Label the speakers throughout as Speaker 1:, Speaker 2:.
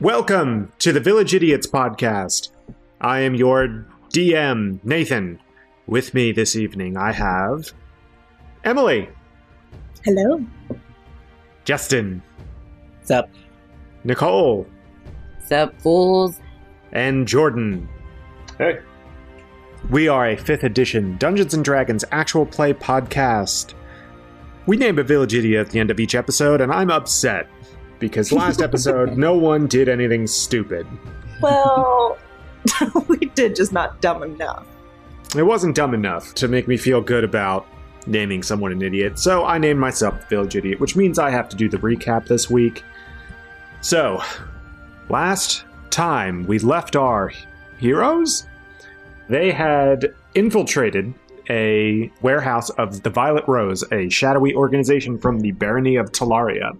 Speaker 1: Welcome to the Village Idiots podcast. I am your DM, Nathan. With me this evening, I have Emily,
Speaker 2: Hello.
Speaker 1: Justin,
Speaker 3: Sup?
Speaker 1: Nicole,
Speaker 3: Sup, fools?
Speaker 1: and Jordan.
Speaker 4: Hey.
Speaker 1: We are a 5th edition Dungeons and Dragons actual play podcast. We name a village idiot at the end of each episode, and I'm upset because last episode no one did anything stupid.
Speaker 2: Well, we did just not dumb enough.
Speaker 1: It wasn't dumb enough to make me feel good about naming someone an idiot, so I named myself the Village Idiot, which means I have to do the recap this week. So, last time we left our heroes, they had infiltrated a warehouse of the Violet Rose, a shadowy organization from the barony of Talaria.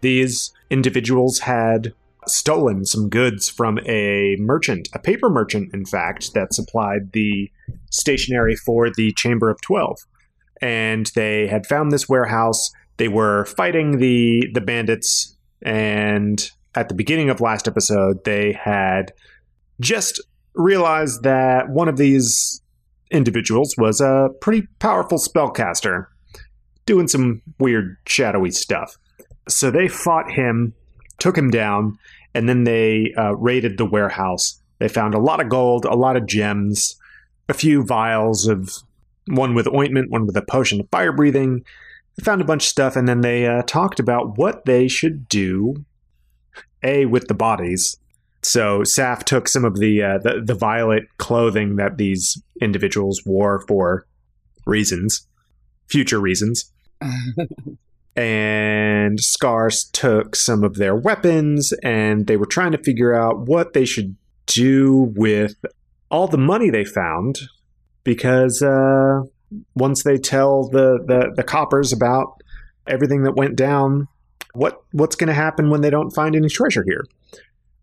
Speaker 1: These individuals had stolen some goods from a merchant, a paper merchant, in fact, that supplied the stationary for the Chamber of Twelve, and they had found this warehouse. They were fighting the the bandits, and at the beginning of last episode, they had just realized that one of these individuals was a pretty powerful spellcaster, doing some weird shadowy stuff. So they fought him, took him down, and then they uh, raided the warehouse. They found a lot of gold, a lot of gems, a few vials of one with ointment, one with a potion of fire breathing. They found a bunch of stuff, and then they uh, talked about what they should do. A with the bodies. So Saf took some of the, uh, the the violet clothing that these individuals wore for reasons, future reasons, and Scars took some of their weapons, and they were trying to figure out what they should do with all the money they found because uh, once they tell the, the, the coppers about everything that went down, what what's going to happen when they don't find any treasure here?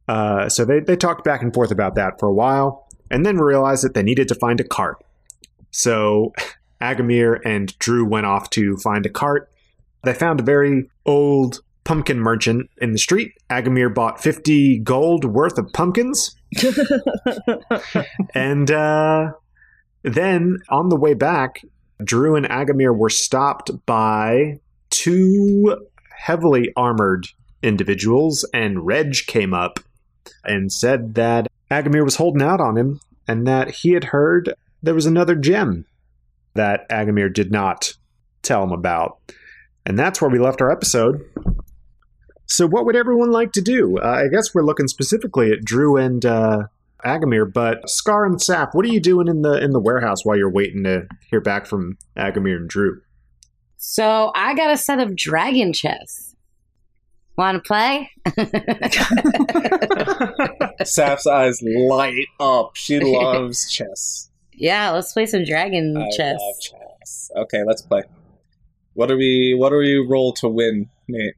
Speaker 1: Uh, so they, they talked back and forth about that for a while and then realized that they needed to find a cart. So Agamir and Drew went off to find a cart. They found a very old pumpkin merchant in the street. Agamir bought 50 gold worth of pumpkins and uh, then on the way back, Drew and Agamir were stopped by two heavily armored individuals, and Reg came up and said that Agamir was holding out on him and that he had heard there was another gem that Agamir did not tell him about. And that's where we left our episode. So, what would everyone like to do? Uh, I guess we're looking specifically at Drew and uh, Agamir, but Scar and Sap, what are you doing in the in the warehouse while you're waiting to hear back from Agamir and Drew?
Speaker 3: So I got a set of dragon chests. Want to play?
Speaker 4: Saf's eyes light up. She loves chess.
Speaker 3: yeah, let's play some dragon
Speaker 4: I
Speaker 3: chess.
Speaker 4: love chess. Okay, let's play. What are we? What do we roll to win, Nate?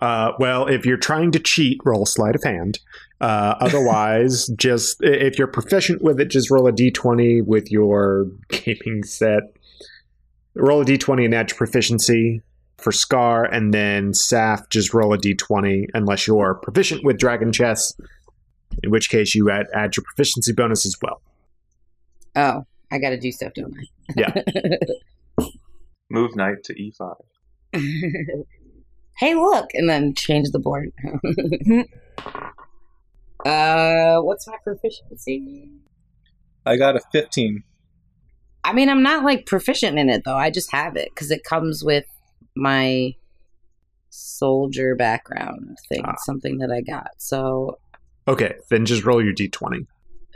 Speaker 1: Uh, well, if you're trying to cheat, roll sleight of hand. Uh, otherwise, just i- if you're proficient with it, just roll a d20 with your gaming set. Roll a d20 and add your proficiency for Scar, and then Saf, just roll a d20 unless you're proficient with Dragon Chess, in which case you add, add your proficiency bonus as well.
Speaker 3: Oh, I got to do stuff, don't I?
Speaker 5: Move knight to e e5.
Speaker 3: hey, look, and then change the board. uh, what's my proficiency?
Speaker 4: I got a fifteen.
Speaker 3: I mean, I'm not like proficient in it though. I just have it because it comes with my soldier background thing,
Speaker 1: Ah.
Speaker 3: something that I got. So,
Speaker 1: Okay, then just roll your d20.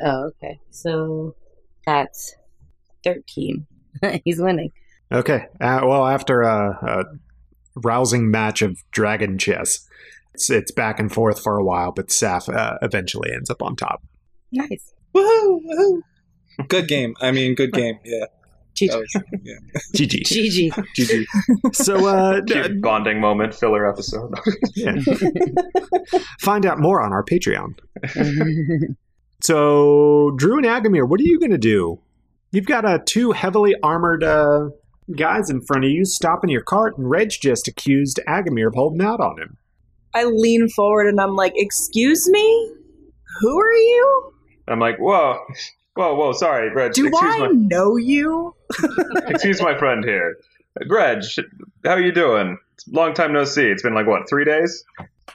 Speaker 3: oh, okay. So that's 13. He's winning.
Speaker 1: Okay. Uh, well, after a, a rousing match of dragon chess, it's, it's back and forth for a while, but Saf uh, eventually ends up on top.
Speaker 3: Nice.
Speaker 4: Woohoo! Woohoo! Good game. I mean, good game. Yeah.
Speaker 3: GG.
Speaker 4: That was, yeah.
Speaker 1: GG.
Speaker 3: GG.
Speaker 1: GG. So, uh, d-
Speaker 5: Cute bonding moment, filler episode.
Speaker 1: yeah. find out more on our Patreon. So, Drew and Agamir, what are you going to do? You've got uh, two heavily armored uh, guys in front of you stopping your cart, and Reg just accused Agamir of holding out on him.
Speaker 2: I lean forward and I'm like, "Excuse me, who are you?
Speaker 5: I'm like, whoa, whoa, whoa. Sorry, Grudge.
Speaker 2: Do
Speaker 5: excuse,
Speaker 2: I know you?"
Speaker 5: my, excuse my friend here. Grudge, how you doing? Long time no see. It's been like what, three days?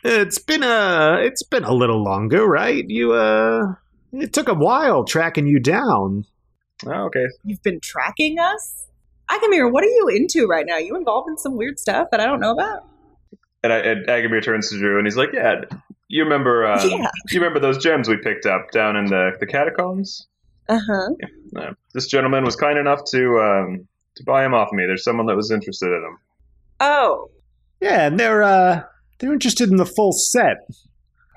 Speaker 1: It's been a it's been a little longer, right? You uh it took a while tracking you down.
Speaker 5: Oh, okay.
Speaker 2: You've been tracking us? Agamir, what are you into right now? You involved in some weird stuff that I don't know about?
Speaker 5: And, I, and Agamir turns to Drew and he's like, yeah. You remember, um,
Speaker 2: Yeah.
Speaker 5: you remember those gems we picked up down in the, the catacombs?
Speaker 2: Uh huh.
Speaker 5: No. This gentleman was kind enough to um, to buy them off me. There's someone that was interested in them.
Speaker 2: Oh,
Speaker 1: Yeah, and they're uh they're interested in the full set.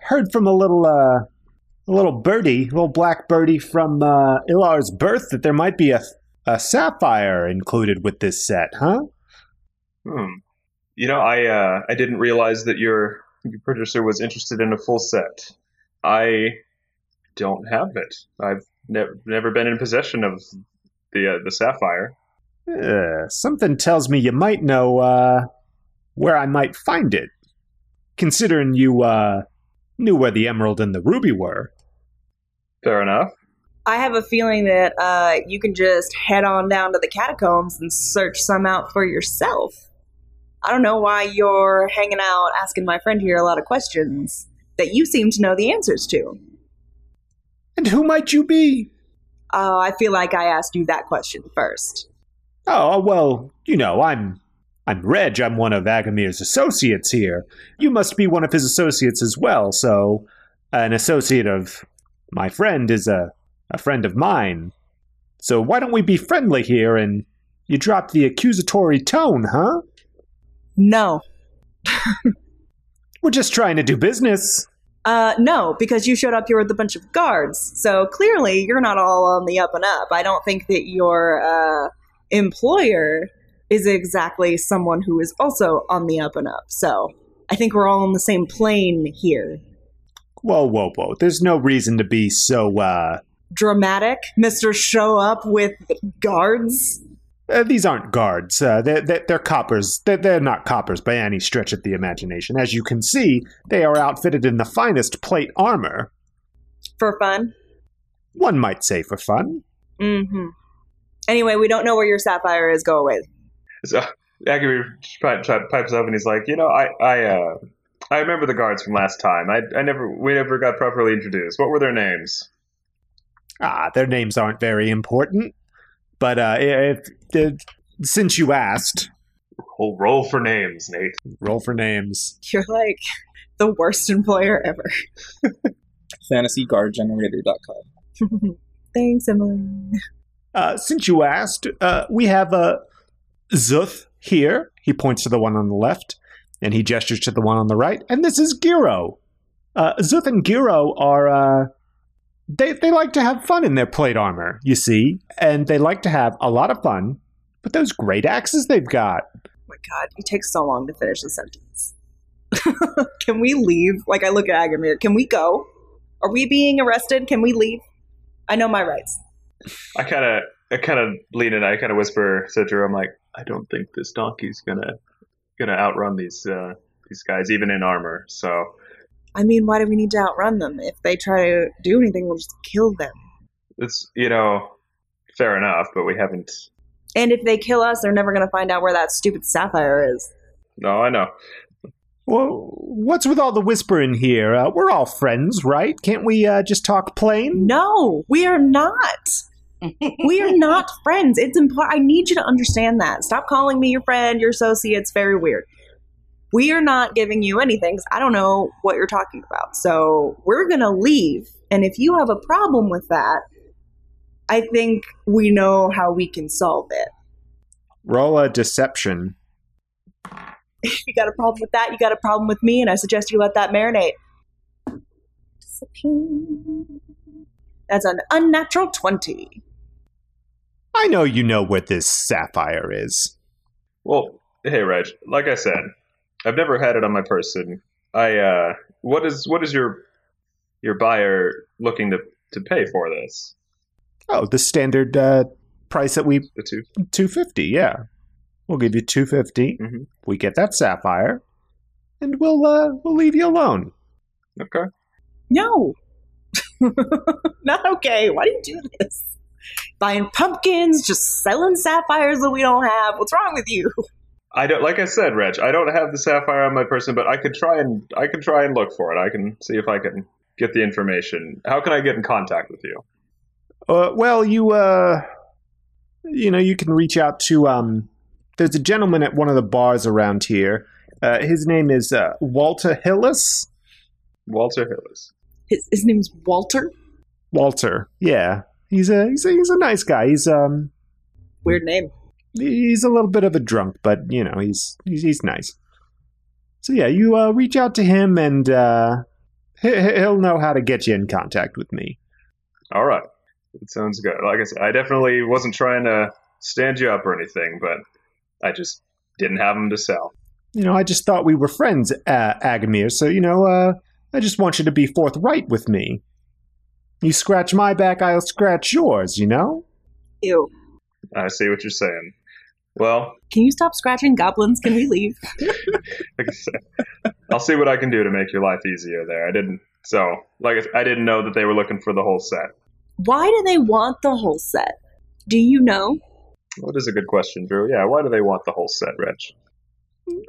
Speaker 1: Heard from a little uh a little birdie, a little black birdie from uh Ilar's birth that there might be a a sapphire included with this set, huh?
Speaker 5: Hmm. You know, I uh, I didn't realize that your your purchaser was interested in a full set. I don't have it. I've ne- never been in possession of the uh, the sapphire.
Speaker 1: Uh, something tells me you might know uh, where I might find it, considering you uh, knew where the emerald and the ruby were.
Speaker 5: Fair enough.
Speaker 2: I have a feeling that uh, you can just head on down to the catacombs and search some out for yourself. I don't know why you're hanging out asking my friend here a lot of questions that you seem to know the answers to.
Speaker 1: And who might you be?
Speaker 2: Oh, I feel like I asked you that question first.
Speaker 1: Oh well, you know I'm I'm Reg. I'm one of Agamir's associates here. You must be one of his associates as well. So, an associate of my friend is a a friend of mine. So why don't we be friendly here? And you drop the accusatory tone, huh?
Speaker 2: No.
Speaker 1: We're just trying to do business.
Speaker 2: Uh, no, because you showed up here with a bunch of guards. So clearly you're not all on the up and up. I don't think that your uh, employer is exactly someone who is also on the up and up. So I think we're all on the same plane here.
Speaker 1: Whoa, whoa, whoa. There's no reason to be so, uh,
Speaker 2: Dramatic, Mr. Show Up with guards.
Speaker 1: uh these aren't guards. Uh, they're, they're, they're coppers. They're, they're not coppers by any stretch of the imagination. As you can see, they are outfitted in the finest plate armor.
Speaker 2: For fun.
Speaker 1: One might say for fun.
Speaker 2: hmm. Anyway, we don't know where your sapphire is. Go away.
Speaker 5: So Agamir pi- pi- pipes up and he's like, you know, I I uh, I remember the guards from last time. I I never we never got properly introduced. What were their names?
Speaker 1: Ah, their names aren't very important. But, uh, if, if, since you asked,
Speaker 5: We'll roll for names, Nate.
Speaker 1: roll for names.
Speaker 2: You're like the worst employer ever.
Speaker 4: fantasyguardgenerator.com.
Speaker 2: Thanks, Emily.
Speaker 1: Uh, since you asked, uh, we have uh, Zuth here. He points to the one on the left, and he gestures to the one on the right. And this is Giro. Uh, Zuth and Giro are uh, they they like to have fun in their plate armor, you see, and they like to have a lot of fun with those great axes they've got.
Speaker 2: Oh my god, you take so long to finish the sentence. Can we leave? Like I look at Agamir. Can we go? Are we being arrested? Can we leave? I know my rights.
Speaker 5: I kind of, I kind of lean in. I kind of whisper to Drew, "I'm like, I don't think this donkey's gonna, gonna outrun these, uh, these guys, even in armor." So
Speaker 2: I mean, why do we need to outrun them? If they try to do anything, we'll just kill them.
Speaker 5: it's, you know, fair enough. But we haven't.
Speaker 2: And if they kill us, they're never going to find out where that stupid sapphire is.
Speaker 5: No, I know.
Speaker 1: Well, what's with all the whispering here? Uh, we're all friends, right? Can't we uh, just talk plain?
Speaker 2: No, we are not. we are not friends. It's important. I need you to understand that. Stop calling me your friend, your associate. It's very weird. We are not giving you anything. 'cause I don't know what you're talking about. So we're gonna leave. And if you have a problem with that, I think we know how we can solve it.
Speaker 1: Roll a deception.
Speaker 2: If you got a problem with that, you got a problem with me. And I suggest you let that marinate. Deception. That's an unnatural twenty.
Speaker 1: I know you know where this sapphire is.
Speaker 5: Well, hey, Reg. Like I said, I've never had it on my person. I, uh, what is, what is your, your buyer looking to to pay for this?
Speaker 1: Oh, the standard uh, price that we
Speaker 5: The two.
Speaker 1: two fifty. Yeah, we'll give you two
Speaker 5: Mhm.
Speaker 1: We get that sapphire. and we'll uh, we'll leave you alone.
Speaker 5: Okay.
Speaker 2: No. Not okay. Why do you do this? Buying pumpkins, just selling sapphires that we don't have. What's wrong with you?
Speaker 5: I don't like I said, Reg, I don't have the sapphire on my person, but I could try and I could try and look for it. I can see if I can get the information. How can I get in contact with you?
Speaker 1: Uh, well, you uh, you know, you can reach out to um. There's a gentleman at one of the bars around here. Uh, his name is uh, Walter Hillis.
Speaker 5: Walter Hillis.
Speaker 2: His, his name's Walter.
Speaker 1: Walter, yeah, he's a he's a, he's a nice guy. He's um
Speaker 2: Weird name.
Speaker 1: he's a little bit of a drunk, but you know he's he's, he's nice. So yeah, you uh, reach out to him and uh, he- he'll know how to get you in contact with me.
Speaker 5: All right. It sounds good. Like I said, I definitely wasn't trying to stand you up or anything, but I just didn't have them to sell.
Speaker 1: you know, I just thought we were friends, uh, Agamir. So, you know, uh, I just want you to be forthright with me. You scratch my back, I'll scratch yours, you know?
Speaker 2: Ew.
Speaker 5: I see what you're saying. Well,
Speaker 2: Can you stop scratching goblins? Can we leave?
Speaker 5: like I said, I'll see what I can do to make your life easier there. I didn't. So, like I said, I didn't know that they were looking for the whole set.
Speaker 2: Why do they want the whole set? Do you know?
Speaker 5: Well, that is a good question, Drew. Yeah, why do they want the whole set, Reg?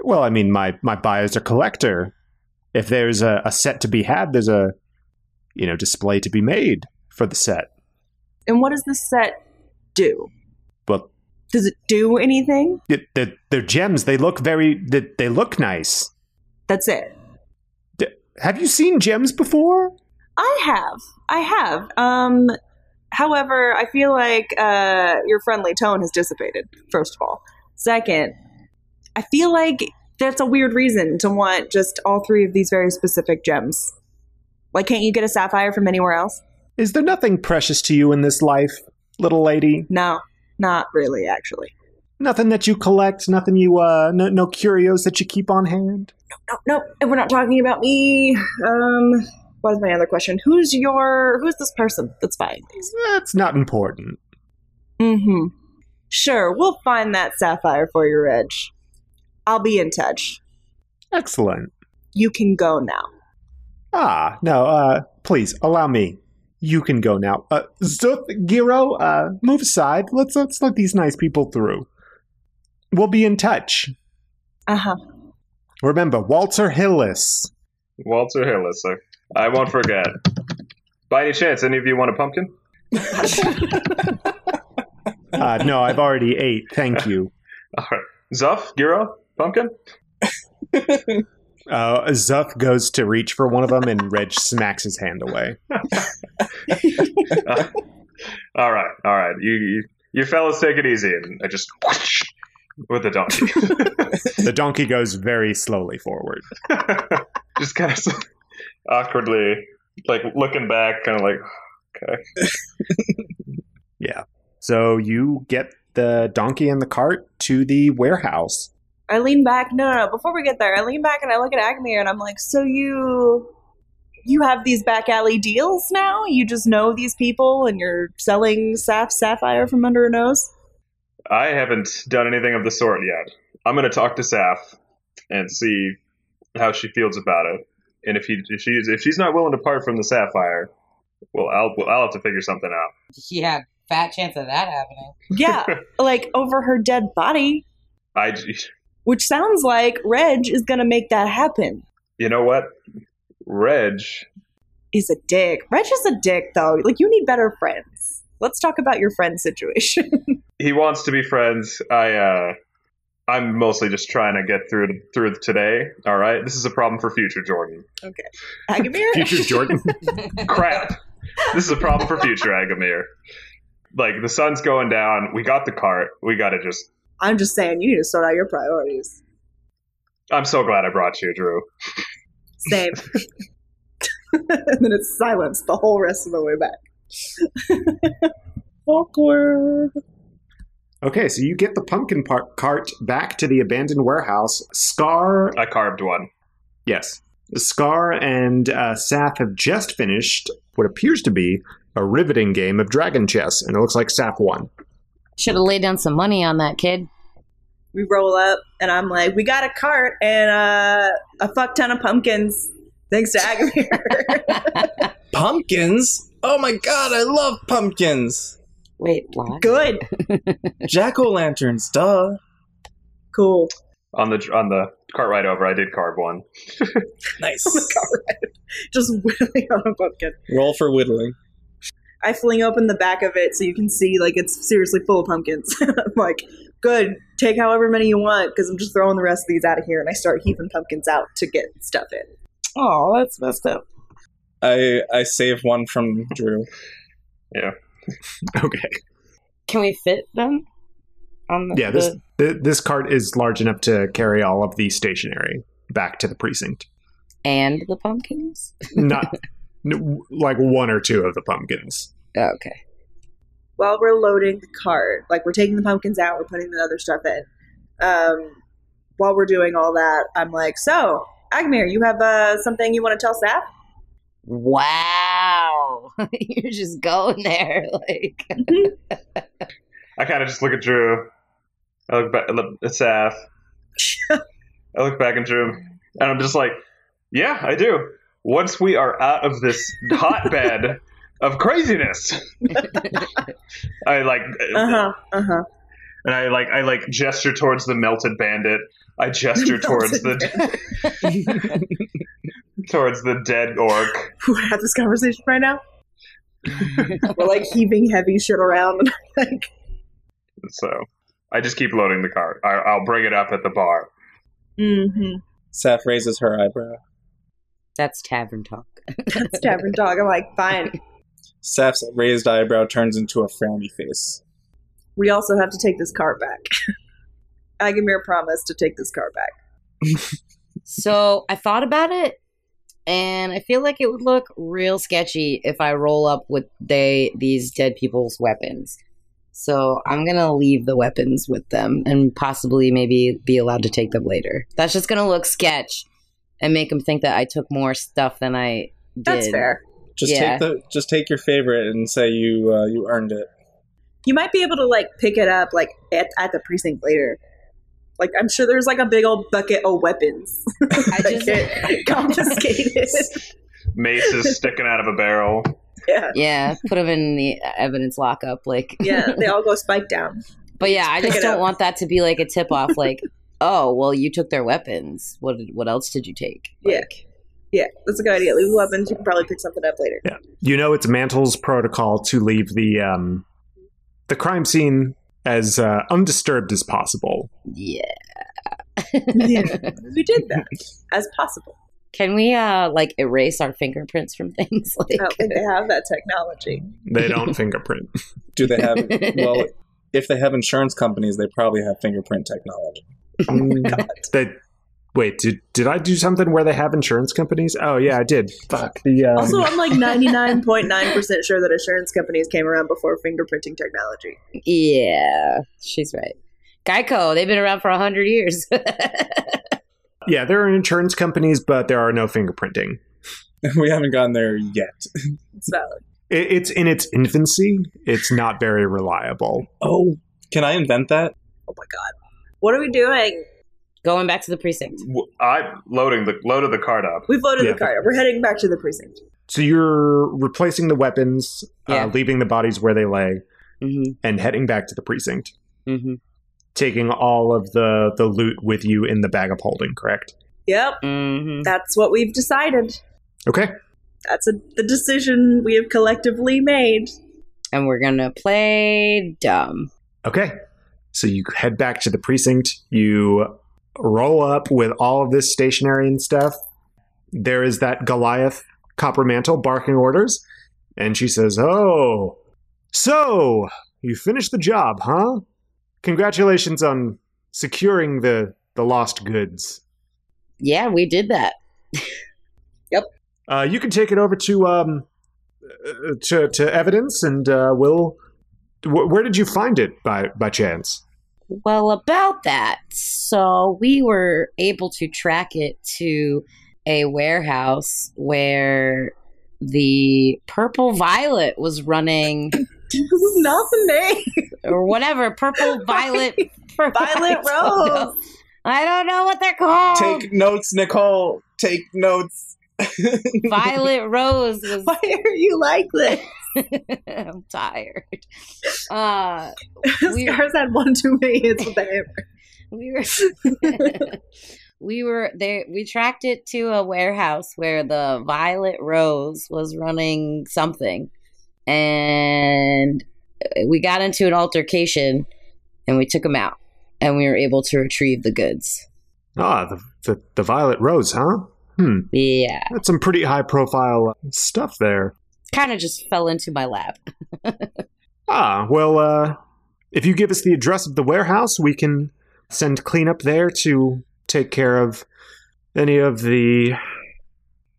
Speaker 1: Well, I mean, my, my buyer's a collector. If there's a, a set to be had, there's a, you know, display to be made for the set.
Speaker 2: And what does this set do?
Speaker 1: Well-
Speaker 2: does it do anything?
Speaker 1: It, they're, they're gems. They look very, they, they look nice.
Speaker 2: That's it.
Speaker 1: Have you seen gems before?
Speaker 2: I have. I have. Um however, I feel like uh your friendly tone has dissipated, first of all. Second, I feel like that's a weird reason to want just all three of these very specific gems. Like can't you get a sapphire from anywhere else?
Speaker 1: Is there nothing precious to you in this life, little lady?
Speaker 2: No, not really actually.
Speaker 1: Nothing that you collect? Nothing you, uh, no, no curios that you keep on hand?
Speaker 2: No, no, and we're not talking about me. Um what is my other question? Who's your who's this person that's buying these?
Speaker 1: That's not important.
Speaker 2: Mm-hmm. Sure, we'll find that sapphire for you, Reg. I'll be in touch.
Speaker 1: Excellent.
Speaker 2: You can go now.
Speaker 1: Ah, no, uh, please allow me. You can go now. Uh, Zuth, Giro, uh, move aside. Let's let's let these nice people through. We'll be in touch.
Speaker 2: Uh-huh.
Speaker 1: Remember, Walter Hillis.
Speaker 5: Walter Hillis. I, I won't forget. By any chance, any of you want a pumpkin?
Speaker 1: Uh, no, I've already ate. Thank you.
Speaker 5: All right. Zuff, Giro, pumpkin?
Speaker 1: Uh, Zuth goes to reach for one of them, and Reg smacks his hand away.
Speaker 5: All right, all right. You, you, you fellas take it easy. And I just whoosh, with the donkey.
Speaker 1: The donkey goes very slowly forward.
Speaker 5: just kind of awkwardly, like looking back, kind of like,
Speaker 1: So you get the donkey and the cart to the warehouse.
Speaker 2: I lean back. No, no, no. Before we get there, I lean back and I look at Acme and I'm like, so you you have these back alley deals now? You just know these people and you're selling saf- sapphire from under a nose?
Speaker 5: I haven't done anything of the sort yet. I'm going to talk to Saf and see how she feels about it. And if he, if she's, if she's not willing to part from the sapphire, well, I'll, I'll have to figure something out.
Speaker 3: Yeah, fat chance of that happening.
Speaker 2: Yeah, like over her dead body,
Speaker 5: I,
Speaker 2: which sounds like Reg is going to make that happen.
Speaker 5: you know what, Reg.
Speaker 2: Is a dick. Reg is a dick though. Like you need better friends. Let's talk about your friend situation.
Speaker 5: he wants to be friends. I uh I'm mostly just trying to get through through today. All right, this is a problem for future Jordan.
Speaker 2: Agamir?
Speaker 1: Future Jordan.
Speaker 5: Crap, this is a problem for future Agamir. Like the sun's going down. We got the cart. We got to just.
Speaker 2: I'm just saying, you need to sort out your priorities.
Speaker 5: I'm so glad I brought you, Drew.
Speaker 2: Same. and then it's silence the whole rest of the way back. Awkward.
Speaker 1: Okay, so you get the pumpkin par- cart back to the abandoned warehouse. Scar,
Speaker 5: I carved one.
Speaker 1: yes, Scar and uh, Saf have just finished what appears to be a riveting game of dragon chess, and it looks like Saf won.
Speaker 3: Should have laid down some money on that kid.
Speaker 2: we roll up, and I'm like, we got a cart and uh, a fuck ton of pumpkins, thanks to Agamir.
Speaker 4: Pumpkins? Oh my god, I love pumpkins.
Speaker 3: Wait, what?
Speaker 2: Good,
Speaker 4: Jack o' lanterns, duh.
Speaker 2: cool.
Speaker 5: On the on the cart ride over, I did carve one.
Speaker 4: Nice.
Speaker 2: Just whittling on a pumpkin.
Speaker 4: Roll for whittling.
Speaker 2: I fling open the back of it so you can see, like, it's seriously full of pumpkins. I'm like, good, take however many you want, because I'm just throwing the rest of these out of here, and I start heaving pumpkins out to get stuff in.
Speaker 3: Oh, that's messed up.
Speaker 4: I I save one from Drew.
Speaker 1: Okay.
Speaker 3: Can we fit them? On the,
Speaker 1: Yeah, this
Speaker 3: the-
Speaker 1: th- this cart is large enough to carry all of the stationery back to the precinct.
Speaker 3: and the pumpkins.
Speaker 1: Not n- like one or two of the pumpkins.
Speaker 3: Oh, okay.
Speaker 2: while we're loading the cart, like we're taking the pumpkins out, we're putting the other stuff in. Um, while we're doing all that, I'm like, so Agmir, you have uh, something you want to tell Sap?
Speaker 3: Wow, you're just going there like
Speaker 5: I kind of just look at Drew. I look back I look at Saf. I look back at Drew, and I'm just like, "Yeah, I do." Once we are out of this hotbed of craziness, I like,
Speaker 2: Uh huh. Uh huh.
Speaker 5: and I like, I like gesture towards the melted bandit. I gesture towards the towards the dead orc.
Speaker 2: We're having this conversation right now. we're like heaving heavy shit around, and I'm like,
Speaker 5: So I just keep loading the cart. I, I'll bring it up at the bar.
Speaker 2: mm-hmm.
Speaker 4: Seth raises her eyebrow.
Speaker 3: that's tavern talk.
Speaker 2: That's tavern dog. I'm like, fine.
Speaker 4: Seth's raised eyebrow turns into a frowny face.
Speaker 2: We also have to take this cart back. Agamir promised to take this cart back.
Speaker 3: So I thought about it, and I feel like it would look real sketchy if I roll up with they these dead people's weapons. So I'm gonna leave the weapons with them, and possibly maybe be allowed to take them later. That's just gonna look sketch, and make them think that I took more stuff than I did.
Speaker 2: That's fair.
Speaker 4: Just
Speaker 3: Yeah.
Speaker 4: take the just take your favorite and say you uh, you earned it.
Speaker 2: you might be able to like pick it up like at, at the precinct later like i'm sure there's like a big old bucket of weapons
Speaker 3: I
Speaker 2: that
Speaker 3: just,
Speaker 2: get confiscated
Speaker 5: Mace is sticking out of a barrel.
Speaker 2: yeah
Speaker 3: yeah, put them in the evidence lockup, like
Speaker 2: yeah they all go spike down
Speaker 3: But yeah, I
Speaker 2: Pick
Speaker 3: just
Speaker 2: it
Speaker 3: don't
Speaker 2: up.
Speaker 3: want that to be like a tip off. Like, oh, well, you took their weapons. What what else did you take?
Speaker 2: Yeah.
Speaker 3: Like,
Speaker 2: yeah that's a good idea leave the weapons you can probably pick something up later
Speaker 1: You know, it's Mantle's protocol to leave the um, the crime scene as uh, undisturbed as possible.
Speaker 3: yeah.
Speaker 2: we did that as possible
Speaker 3: Can we uh like erase our fingerprints from things?
Speaker 2: i
Speaker 3: Like,
Speaker 2: don't think they have that technology
Speaker 1: They don't fingerprint.
Speaker 4: Do they have well? If they have insurance companies, they probably have fingerprint technology.
Speaker 1: Mm. They, wait, did did I do something where they have insurance companies? Oh yeah, I did. Fuck the. Um,
Speaker 2: also i'm like 99.9% sure that insurance companies came around before fingerprinting technology
Speaker 3: yeah, she's right. Geico, they've been around for a hundred years.
Speaker 1: yeah, there are insurance companies, but there are no fingerprinting.
Speaker 4: we haven't gone there yet.
Speaker 2: it's valid
Speaker 1: It, it's in its infancy. It's not very reliable.
Speaker 4: Oh, can I invent that?
Speaker 2: oh my god what are we doing
Speaker 3: Going back to the precinct.
Speaker 5: W- I'm loading the loaded the cart up.
Speaker 2: we've loaded
Speaker 1: Yeah.
Speaker 2: the cart we're heading back to the precinct
Speaker 1: So you're replacing the weapons,
Speaker 3: Yeah.
Speaker 1: uh, leaving the bodies where they lay,
Speaker 3: Mm-hmm.
Speaker 1: and heading back to the precinct,
Speaker 3: Mm-hmm.
Speaker 1: taking all of the the loot with you in the bag of holding. Correct.
Speaker 2: yep
Speaker 3: Mm-hmm.
Speaker 2: that's what we've decided.
Speaker 1: Okay.
Speaker 2: That's a, the decision we have collectively made.
Speaker 3: And we're gonna play dumb.
Speaker 1: Okay. So you head back to the precinct. You roll up with all of this stationery and stuff. There is that Goliath copper mantle barking orders. And she says, Oh, so you finished the job, huh? Congratulations on securing the, the lost goods.
Speaker 3: Yeah, we did that.
Speaker 1: Uh, you can take it over to um, uh, to, to evidence, and uh, we'll. Wh- where did you find it by by chance?
Speaker 3: Well, about that. So we were able to track it to a warehouse where the purple violet was running
Speaker 2: Not the name.
Speaker 3: or whatever, purple, violet, purple,
Speaker 2: Violet
Speaker 3: I don't
Speaker 2: Rose.
Speaker 3: know. I don't know what they're called.
Speaker 4: Take notes, Nicole. Take notes.
Speaker 3: Violet Rose was
Speaker 2: Why are you like this?
Speaker 3: I'm tired. Uh, we,
Speaker 2: Scar's had one too many hits with the hammer.
Speaker 3: we were we were there. We tracked it to a warehouse where the Violet Rose was running something, and we got into an altercation, and we took him out, and we were able to retrieve the goods.
Speaker 1: Ah, the, the, the Violet Rose, huh? Hmm,
Speaker 3: Yeah,
Speaker 1: that's some pretty high profile stuff there.
Speaker 3: kind of just fell into my lap.
Speaker 1: Ah, well, uh, if you give us the address of the warehouse, we can send cleanup there to take care of any of the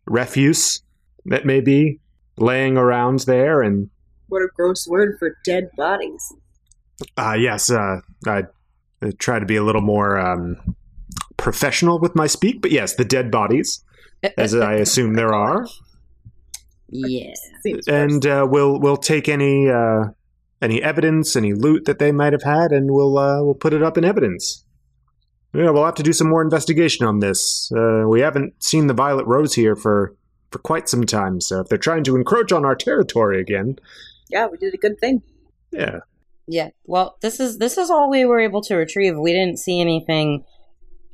Speaker 1: refuse that may be laying around there. And,
Speaker 2: What a gross word for dead bodies.
Speaker 1: uh, yes, uh, I I try to be a little more um, professional with my speak, but yes, the dead bodies, as I assume there are.
Speaker 3: yeah,
Speaker 2: Seems
Speaker 1: and uh, we'll we'll take any uh, any evidence, any loot that they might have had, and we'll uh, we'll put it up in evidence. Yeah, we'll have to do some more investigation on this. Uh, we haven't seen the Violet Rose here for for quite some time, so if they're trying to encroach on our territory again,
Speaker 2: yeah, we did a good thing.
Speaker 1: yeah,
Speaker 3: yeah. Well, this is this is all we were able to retrieve. We didn't see anything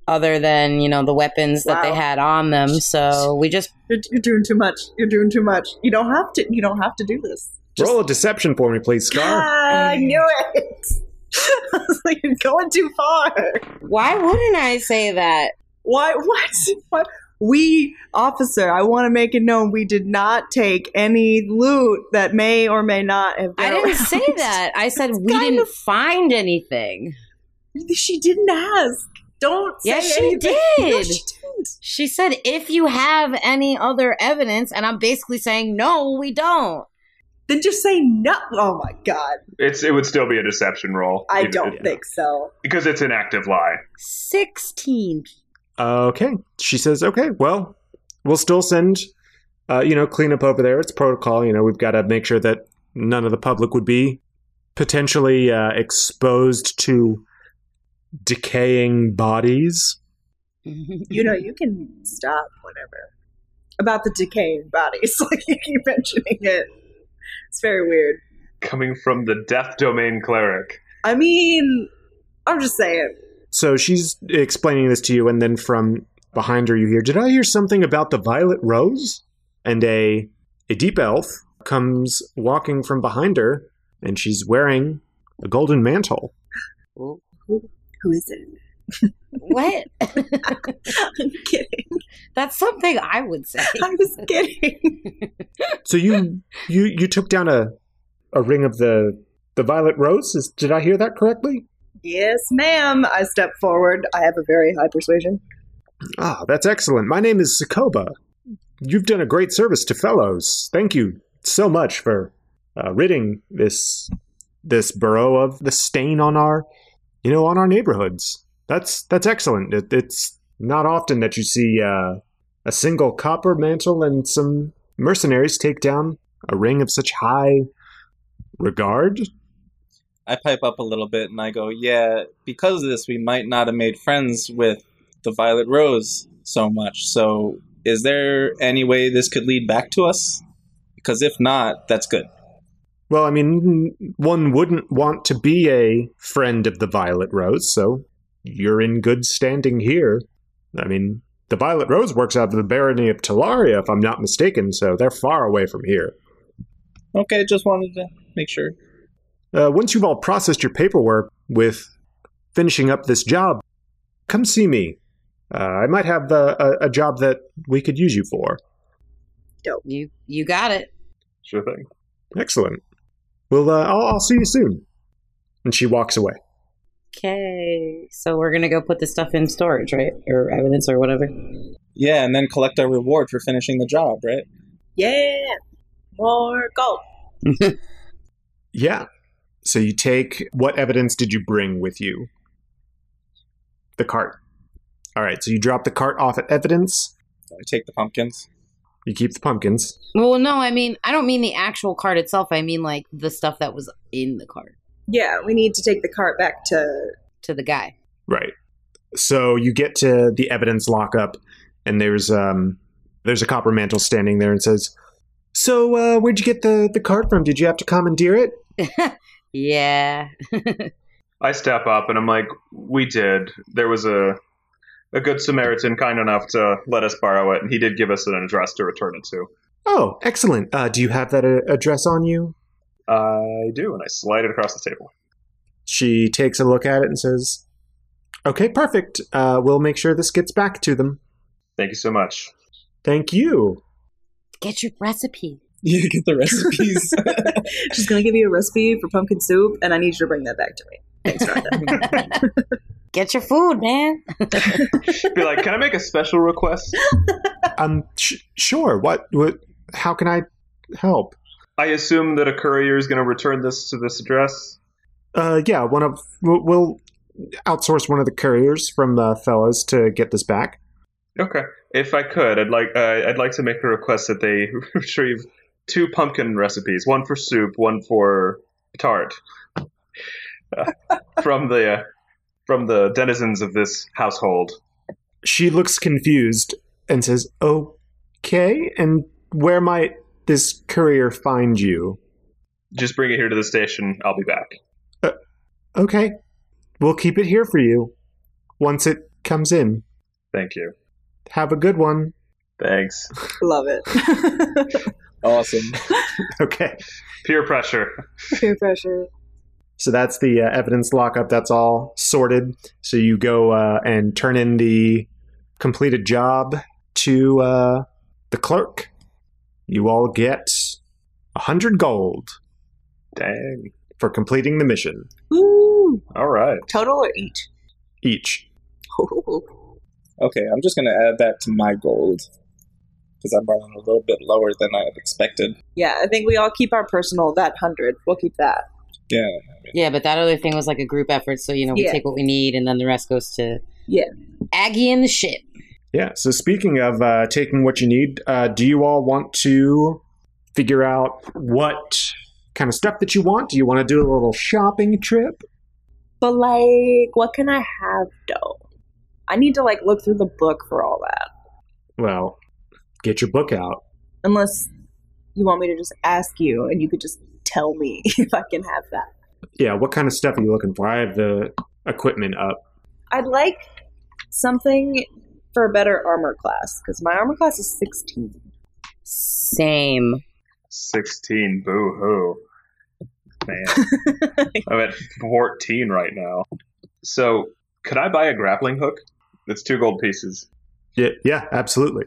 Speaker 3: other than you know the weapons that they
Speaker 2: Wow.
Speaker 3: had on them. So we just
Speaker 2: You're, you're doing too much. You're doing too much. You don't have to. You don't have to do this.
Speaker 1: roll a deception for me, please, Scar.
Speaker 2: Ah, I knew it. I was like, you're going too far.
Speaker 3: Why wouldn't I say that?
Speaker 2: Why? What? what? We, officer, I want to make it known we did not take any loot that may or may not have been.
Speaker 3: I didn't say
Speaker 2: around.
Speaker 3: that. I said we
Speaker 2: kind
Speaker 3: didn't
Speaker 2: of-
Speaker 3: find anything.
Speaker 2: She didn't ask. Don't say
Speaker 3: Yes, she
Speaker 2: anything. No,
Speaker 3: did.
Speaker 2: she didn't.
Speaker 3: She said, if you have any other evidence, and I'm basically saying, no, we don't.
Speaker 2: Then just say no. Oh my god,
Speaker 5: It's it would still be a deception roll.
Speaker 2: I
Speaker 5: Even-
Speaker 2: don't think so.
Speaker 5: because it's an active lie.
Speaker 3: 16.
Speaker 1: Okay, she says, okay, well, we'll still send, uh, you know, cleanup over there. It's protocol. You know, we've got to make sure that none of the public would be potentially uh, exposed to decaying bodies.
Speaker 2: You know, you can stop whenever. About the decaying bodies, like you keep mentioning it. It's very weird.
Speaker 5: Coming from the death domain cleric.
Speaker 2: I mean, I'm just saying.
Speaker 1: So she's explaining this to you, and then from behind her, you hear, "Did I hear something about the Violet Rose?" And a a deep elf comes walking from behind her, and she's wearing a golden mantle.
Speaker 2: Who is it?
Speaker 3: what?
Speaker 2: I'm kidding.
Speaker 3: That's something I would say.
Speaker 2: I was kidding.
Speaker 1: So you you you took down a a ring of the the violet rose. Is, did I hear that correctly?
Speaker 2: Yes, ma'am. I step forward. I have a very high persuasion.
Speaker 1: Ah, that's excellent. My name is Sokoba. You've done a great service to fellows. Thank you so much for uh, ridding this this borough of the stain on our you know on our neighborhoods. That's that's excellent. It, it's not often that you see uh, a single copper mantle and some mercenaries take down a ring of such high regard.
Speaker 4: I pipe up a little bit and I go, yeah, because of this, we might not have made friends with the Violet Rose so much. So, is there any way this could lead back to us? Because if not, that's good.
Speaker 1: Well, I mean, one wouldn't want to be a friend of the Violet Rose, so you're in good standing here. I mean, the Violet Rose works out of the barony of Talaria, if I'm not mistaken, so they're far away from here.
Speaker 4: Okay, just wanted to make sure.
Speaker 1: Uh, once you've all processed your paperwork with finishing up this job, come see me. Uh, I might have uh, a, a job that we could use you for.
Speaker 3: You you got it.
Speaker 5: Sure thing.
Speaker 1: Excellent. Well, uh, I'll, I'll see you soon. And she walks away.
Speaker 3: Okay. So we're going to go put this stuff in storage, right? Or evidence or whatever.
Speaker 4: Yeah, and then collect our reward for finishing the job, right?
Speaker 2: Yeah, more gold.
Speaker 1: Yeah. So you take what evidence did you bring with you? The cart. All right. So you drop the cart off at evidence.
Speaker 4: I take the pumpkins.
Speaker 1: You keep the pumpkins.
Speaker 3: Well, no, I mean, I don't mean the actual card itself. I mean, like, the stuff that was in the card.
Speaker 2: Yeah, we need to take the cart back to.
Speaker 3: to the guy.
Speaker 1: Right. So you get to the evidence lockup, and there's um there's a copper mantle standing there and says, "So uh, where'd you get the the cart from? Did you have to commandeer it?"
Speaker 3: yeah.
Speaker 5: I step up and I'm like, we did. There was a a good Samaritan kind enough to let us borrow it, and he did give us an address to return it to.
Speaker 1: Oh, excellent. Uh, do you have that uh, address on you?
Speaker 5: I do, and I slide it across the table.
Speaker 1: She takes a look at it and says, "Okay, perfect. Uh, we'll make sure this gets back to them.
Speaker 5: Thank you so much.
Speaker 1: Thank you."
Speaker 3: Get your recipe.
Speaker 4: You get the recipes.
Speaker 2: She's going to give you a recipe for pumpkin soup, and I need you to bring that back to me. Thanks, Rhonda.
Speaker 3: Get your food, man.
Speaker 5: Be like, can I make a special request?
Speaker 1: Um, sh- sure. What? What? How can I help?
Speaker 5: I assume that a courier is going to return this to this address.
Speaker 1: Uh, yeah, one of we'll, we'll outsource one of the couriers from the fellows to get this back.
Speaker 5: Okay. If I could, I'd like uh, I'd like to make a request that they retrieve two pumpkin recipes, one for soup, one for tart, uh, from the uh, from the denizens of this household.
Speaker 1: She looks confused and says, "Okay, and where might this courier find you?"
Speaker 5: Just bring it here to the station. I'll be back.
Speaker 1: Okay, we'll keep it here for you once it comes in.
Speaker 5: Thank you.
Speaker 1: Have a good one.
Speaker 5: Thanks.
Speaker 2: Love it.
Speaker 4: awesome.
Speaker 1: Okay.
Speaker 5: Peer pressure.
Speaker 2: Peer pressure.
Speaker 1: So that's the uh, evidence lockup. That's all sorted. So you go uh, and turn in the completed job to uh, the clerk. You all get a hundred gold
Speaker 5: Dang.
Speaker 1: for completing the mission
Speaker 2: Ooh,
Speaker 5: All right.
Speaker 2: total or each?
Speaker 1: each.
Speaker 2: Ooh.
Speaker 4: Okay, I'm just gonna add that to my gold because I'm running a little bit lower than I had expected.
Speaker 2: Yeah, I think we all keep our personal that hundred. We'll keep that.
Speaker 4: Yeah,
Speaker 3: Yeah, but that other thing was like a group effort, so you know we
Speaker 2: Yeah.
Speaker 3: take what we need, and then the rest goes to
Speaker 2: Yeah.
Speaker 3: Aggie and the ship.
Speaker 1: Yeah. So speaking of uh, taking what you need, uh, do you all want to figure out what kind of stuff that you want? Do you want to do a little shopping trip?
Speaker 2: But like, what can I have though? I need to like look through the book for all that.
Speaker 1: Well, get your book out.
Speaker 2: Unless you want me to just ask you, and you could just tell me if I can have that.
Speaker 1: Yeah. What kind of stuff are you looking for? I have the equipment up.
Speaker 2: I'd like something for a better armor class because my armor class is sixteen.
Speaker 3: Same.
Speaker 5: Sixteen. Boo hoo. Man, I'm at fourteen right now. So, could I buy a grappling hook? It's two gold pieces.
Speaker 1: Yeah, yeah, absolutely.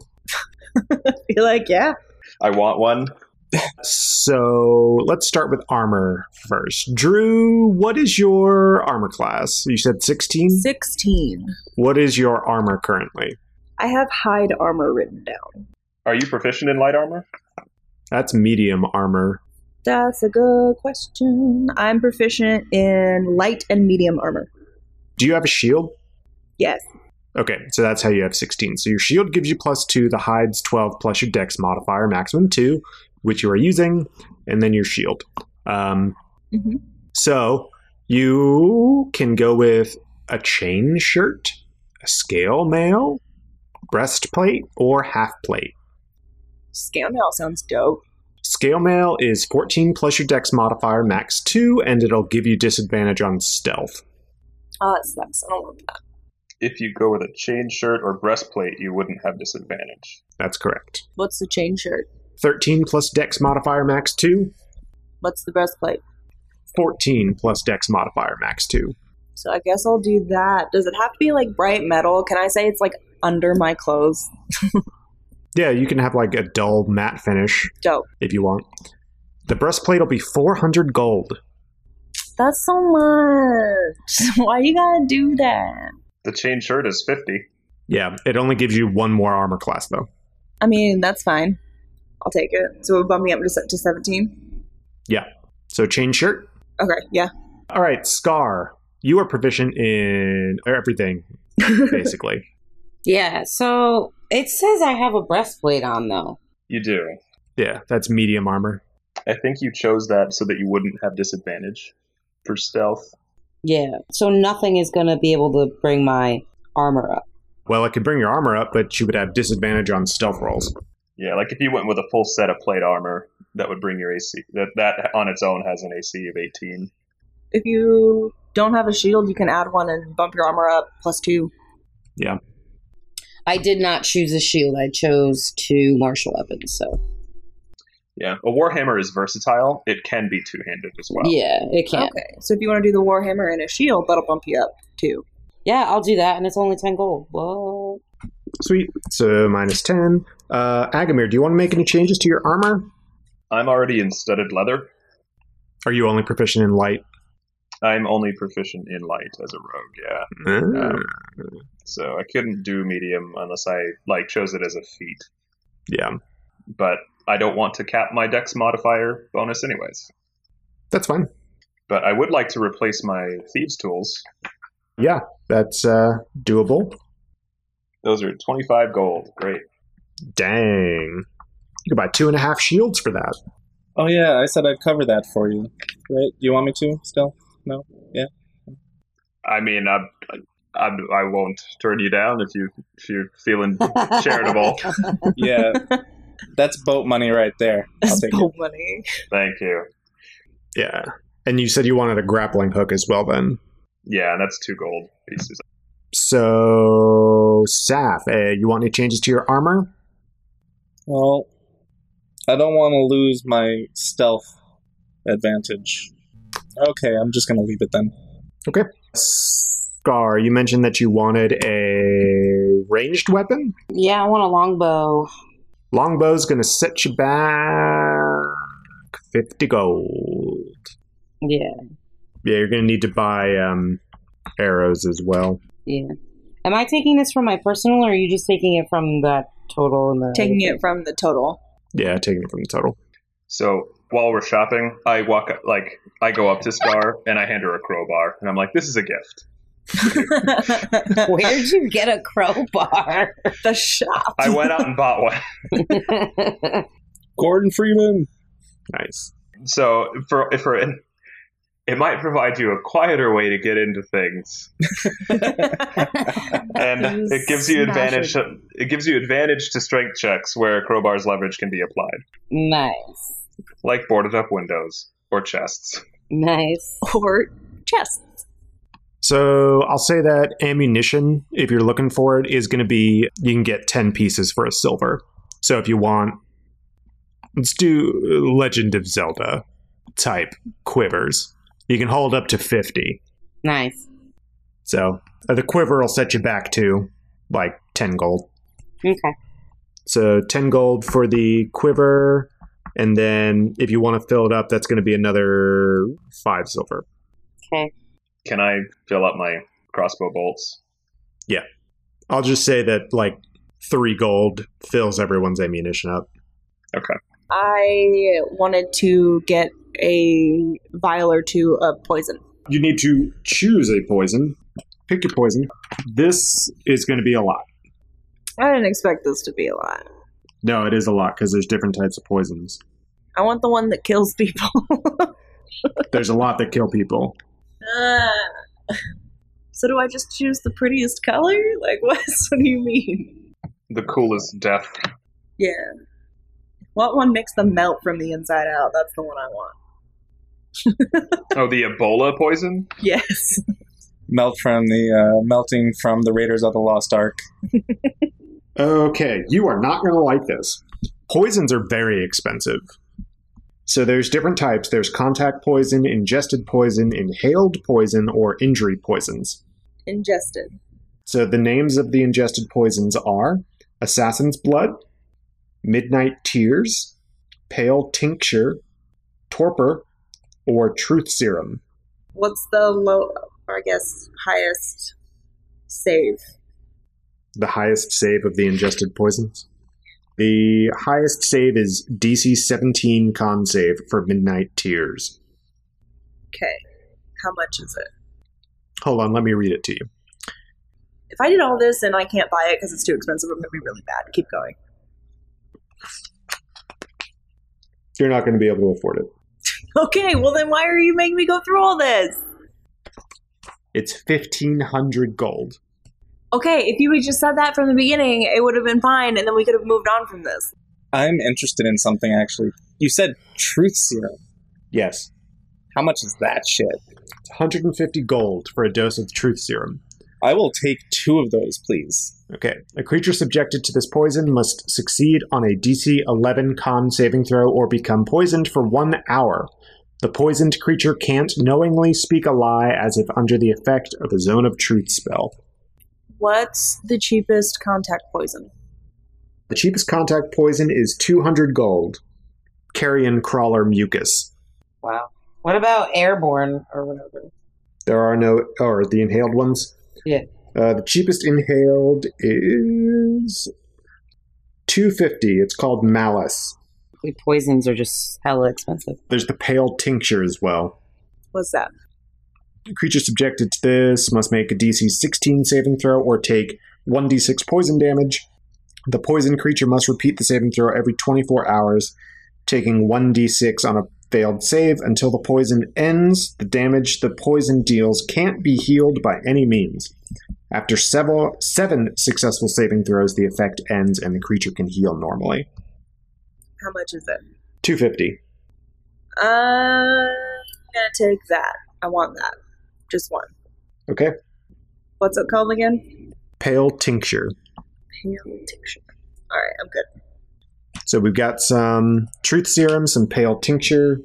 Speaker 2: You're like, yeah,
Speaker 5: I want one.
Speaker 1: So let's start with armor first. Drew, what is your armor class? You said 16?
Speaker 2: sixteen.
Speaker 1: What is your armor currently?
Speaker 2: I have hide armor written down.
Speaker 5: Are you proficient in light armor?
Speaker 1: That's medium armor.
Speaker 2: That's a good question. I'm proficient in light and medium armor.
Speaker 1: Do you have a shield?
Speaker 2: Yes.
Speaker 1: Okay, so that's how you have 16. So your shield gives you plus 2, the hide's 12, plus your dex modifier, maximum 2, which you are using, and then your shield. Um,
Speaker 2: hmm
Speaker 1: So you can go with a chain shirt, a scale mail, breastplate, or half plate.
Speaker 2: Scale mail sounds dope.
Speaker 1: Scale mail is 14 plus your dex modifier, max 2, and it'll give you disadvantage on stealth.
Speaker 2: Oh, that sucks. I don't want that.
Speaker 5: If you go with a chain shirt or breastplate, you wouldn't have disadvantage.
Speaker 1: That's correct.
Speaker 2: What's the chain shirt?
Speaker 1: 13 plus dex modifier, max 2,
Speaker 2: What's the breastplate?
Speaker 1: 14 plus dex modifier, max 2.
Speaker 2: So I guess I'll do that. Does it have to be like bright metal? Can I say it's like under my clothes?
Speaker 1: Yeah, you can have like a dull matte finish
Speaker 2: Dope.
Speaker 1: if you want. The breastplate will be 400 gold.
Speaker 2: That's so much. Why you gotta do that?
Speaker 5: The chain shirt is 50.
Speaker 1: Yeah, it only gives you one more armor class though.
Speaker 2: I mean, that's fine. I'll take it. So it would bump me up to se- to seventeen.
Speaker 1: So chain shirt.
Speaker 2: Okay. Yeah.
Speaker 1: All right, Scar. You are proficient in everything, basically.
Speaker 3: Yeah. So it says I have a breastplate on though.
Speaker 5: You do.
Speaker 1: yeah, that's medium armor.
Speaker 5: I think you chose that so that you wouldn't have disadvantage. for stealth.
Speaker 3: Yeah. So nothing is going to be able to bring my armor up.
Speaker 1: Well, it could bring your armor up, but you would have disadvantage on stealth rolls.
Speaker 5: Yeah, like if you went with a full set of plate armor, that would bring your AC. That that on its own has an AC of 18.
Speaker 2: If you don't have a shield, you can add one and bump your armor up plus two.
Speaker 3: I did not choose a shield. I chose two martial weapons. So
Speaker 5: Yeah, a warhammer is versatile. It can be two-handed as well.
Speaker 3: yeah, it can.
Speaker 2: Okay. So if you want to do the warhammer and a shield, that'll bump you up too.
Speaker 3: Yeah, I'll do that, and it's only ten gold. What?
Speaker 1: Sweet. So minus 10. Uh, Agamir, do you want to make any changes to your armor?
Speaker 5: I'm already in studded leather.
Speaker 1: Are you only proficient in light?
Speaker 5: I'm only proficient in light as a rogue. Yeah,
Speaker 1: Uh,
Speaker 5: so I couldn't do medium unless I like chose it as a feat.
Speaker 1: yeah,
Speaker 5: But I don't want to cap my dex modifier bonus anyways.
Speaker 1: that's fine.
Speaker 5: But I would like to replace my thieves tools.
Speaker 1: Yeah, that's uh, doable.
Speaker 5: Those are 25 gold. Great.
Speaker 1: Dang. You could buy two and a half shields for that.
Speaker 4: Oh yeah, I said I'd cover that for you. Right? Do you want me to still?
Speaker 5: I mean, I'm, I'm, I won't turn you down if you if you're feeling charitable.
Speaker 4: Yeah. That's boat money right there. I'll take it.
Speaker 2: money.
Speaker 5: Thank you.
Speaker 1: Yeah. And you said you wanted a grappling hook as well, then.
Speaker 5: Yeah, and that's two gold pieces.
Speaker 1: So, Saf, uh, you want any changes to your armor?
Speaker 4: Well, I don't want to lose my stealth advantage. Okay, I'm just going to leave it then.
Speaker 1: Scar, you mentioned that you wanted a ranged weapon.
Speaker 3: Yeah, I want a longbow.
Speaker 1: Longbow's going to set you back 50 gold.
Speaker 3: Yeah,
Speaker 1: Yeah, you're going to need to buy um, arrows as well.
Speaker 3: yeah. Am I taking this from my personal, or are you just taking it from that total? And the
Speaker 2: Taking it from the total.
Speaker 1: Yeah, taking it from the total.
Speaker 5: So while we're shopping, I walk up, like I go up to Scar and I hand her a crowbar, and I'm like, "This is a gift."
Speaker 3: Where did you get a crowbar?
Speaker 2: the shop.
Speaker 5: I went out and bought one.
Speaker 4: Gordon Freeman.
Speaker 1: Nice.
Speaker 5: So for for it might provide you a quieter way to get into things, and it gives you advantage. To, it gives you advantage to strength checks where a crowbar's leverage can be applied,
Speaker 3: nice,
Speaker 5: like boarded up windows or chests.
Speaker 3: nice.
Speaker 2: or chest.
Speaker 1: So I'll say that ammunition, if you're looking for it, is going to be you can get 10 pieces for a silver. So if you want, let's do Legend of Zelda type quivers. You can hold up to 50.
Speaker 3: Nice.
Speaker 1: So uh, the quiver will set you back to like 10 gold.
Speaker 3: Okay.
Speaker 1: So 10 gold for the quiver. And then if you want to fill it up, that's going to be another 5 silver.
Speaker 3: Okay.
Speaker 5: Can I fill up my crossbow bolts?
Speaker 1: I'll just say that like 3 gold fills everyone's ammunition up.
Speaker 2: I wanted to get a vial or two of poison.
Speaker 1: you need to choose a poison. Pick your poison. This is going to be a lot.
Speaker 2: I didn't expect this to be a lot.
Speaker 1: No, it is a lot because there's different types of poisons.
Speaker 2: I want the one that kills people.
Speaker 1: There's a lot that kill people.
Speaker 2: Ah. so do I just choose the prettiest color? Like what? What do you mean?
Speaker 5: The coolest death.
Speaker 2: Yeah. What one makes them melt from the inside out? That's the one I want.
Speaker 5: Oh, the Ebola poison.
Speaker 2: Yes.
Speaker 4: Melt from the uh, melting from the Raiders of the Lost Ark.
Speaker 1: Okay, you are not going to like this. Poisons are very expensive. So there's different types. There's contact poison, ingested poison, inhaled poison, or injury poisons.
Speaker 2: Ingested.
Speaker 1: So the names of the ingested poisons are Assassin's Blood, Midnight Tears, Pale Tincture, Torpor, or Truth Serum.
Speaker 2: What's the low or I guess highest save?
Speaker 1: The highest save of the ingested poisons. The highest save is DC 17 con save for Midnight Tears.
Speaker 2: Okay. How much is it?
Speaker 1: Hold on, let me read it to you.
Speaker 2: If I did all this and I can't buy it because it's too expensive, I'm gonna be really bad. Keep going.
Speaker 1: You're not going to be able to afford it.
Speaker 2: Okay, well then why are you making me go through all this?
Speaker 1: It's 1500 gold.
Speaker 2: Okay, if you had just said that from the beginning, it would have been fine, and then we could have moved on from this.
Speaker 4: I'm interested in something actually. You said truth serum.
Speaker 1: Yes.
Speaker 4: How much is that shit?
Speaker 1: It's 150 gold for a dose of truth serum.
Speaker 4: I will take two of those, please.
Speaker 1: Okay. A creature subjected to this poison must succeed on a DC 11 con saving throw or become poisoned for one hour. The poisoned creature can't knowingly speak a lie as if under the effect of a zone of truth spell.
Speaker 2: What's the cheapest contact poison?
Speaker 1: The cheapest contact poison is 200 gold. Carrion crawler mucus.
Speaker 3: Wow. What about airborne or whatever?
Speaker 1: There are no, or the inhaled ones.
Speaker 3: Yeah.
Speaker 1: Uh, the cheapest inhaled is 250. It's called malice.
Speaker 3: The poisons are just hella expensive.
Speaker 1: There's the pale tincture as well.
Speaker 2: What's that?
Speaker 1: The creature subjected to this must make a DC 16 saving throw or take 1d6 poison damage. The poisoned creature must repeat the saving throw every 24 hours, taking 1d6 on a failed save until the poison ends. The damage the poison deals can't be healed by any means. After several seven successful saving throws, the effect ends and the creature can heal normally.
Speaker 2: How much is it?
Speaker 1: 250.
Speaker 2: I'm gonna take that. I want that. Just one.
Speaker 1: Okay.
Speaker 2: What's it called again?
Speaker 1: Pale tincture.
Speaker 2: Pale tincture. All right, I'm good.
Speaker 1: So we've got some truth serum, some pale tincture.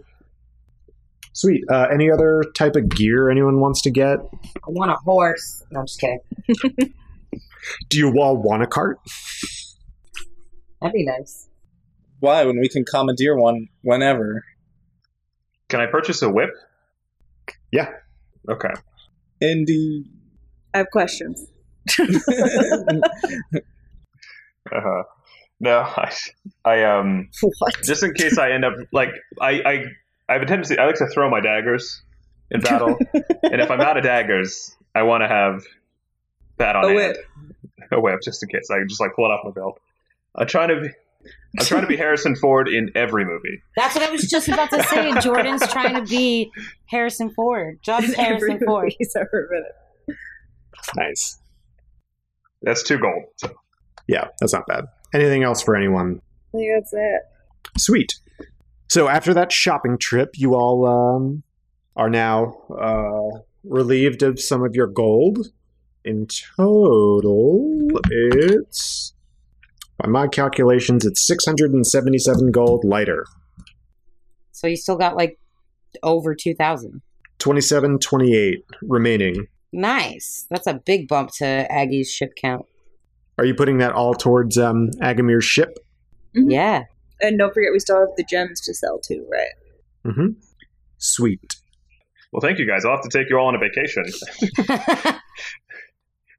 Speaker 1: Sweet. Uh, any other type of gear anyone wants to get?
Speaker 3: I want a horse. No, I'm just kidding.
Speaker 1: Do you all want a cart?
Speaker 3: That'd be nice.
Speaker 4: Why, when we can commandeer one whenever?
Speaker 5: Can I purchase a whip?
Speaker 1: Yeah.
Speaker 5: Okay.
Speaker 4: Indeed.
Speaker 2: I have questions.
Speaker 5: Uh-huh. No, I, I um,
Speaker 3: What?
Speaker 5: just in case I end up like I, I I have a tendency I like to throw my daggers in battle, and if I'm out of daggers, I want to have that on
Speaker 2: A
Speaker 5: hand.
Speaker 2: whip.
Speaker 5: a whip, just in case I can just like pull it off my belt. I'm trying to be, I'm trying to be Harrison Ford in every movie.
Speaker 3: That's what I was just about to say. Jordan's trying to be Harrison Ford. Just Harrison
Speaker 2: Every
Speaker 3: Ford.
Speaker 2: movie He's ever been in.
Speaker 1: Nice.
Speaker 5: That's two gold. So
Speaker 1: Yeah, that's not bad. Anything else for anyone?
Speaker 2: I think that's it.
Speaker 1: Sweet. So after that shopping trip, you all um, are now uh, relieved of some of your gold. In total, it's by my calculations, it's 677 gold lighter.
Speaker 3: So you still got like over 2,000.
Speaker 1: 27, 28 remaining.
Speaker 3: Nice. That's a big bump to Aggie's ship count.
Speaker 1: Are you putting that all towards um, Agamir's ship?
Speaker 2: Mhm.
Speaker 3: Yeah.
Speaker 2: And don't forget, we still have the gems to sell too, right?
Speaker 1: Mm-hmm. Sweet.
Speaker 5: well, thank you guys. I'll have to take you all on a vacation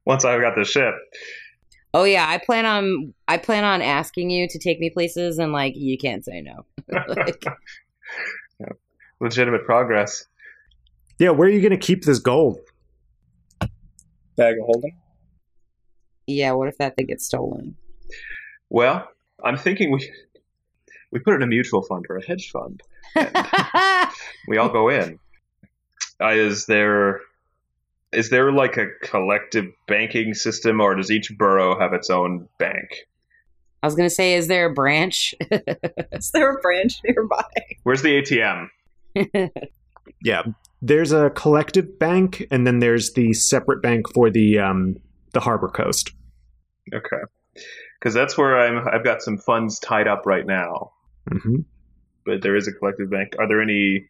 Speaker 5: once I've got this ship.
Speaker 3: oh yeah, I plan on I plan on asking you to take me places and like you can't say no. Like,
Speaker 5: Legitimate progress.
Speaker 1: Yeah, where are you going to keep this gold?
Speaker 4: Bag of holding.
Speaker 3: yeah, what if that thing gets stolen?
Speaker 5: Well, I'm thinking we we put it in a mutual fund or a hedge fund. We all go in. Uh, is there is there like a collective banking system, or does each borough have its own bank?
Speaker 3: I was gonna say, is there a branch?
Speaker 2: Is there a branch nearby?
Speaker 5: Where's the ATM?
Speaker 1: There's a collective bank, and then there's the separate bank for the um, the harbor coast.
Speaker 5: Okay, because that's where I'm. I've got some funds tied up right now,
Speaker 1: Mm-hmm.
Speaker 5: but there is a collective bank. Are there any?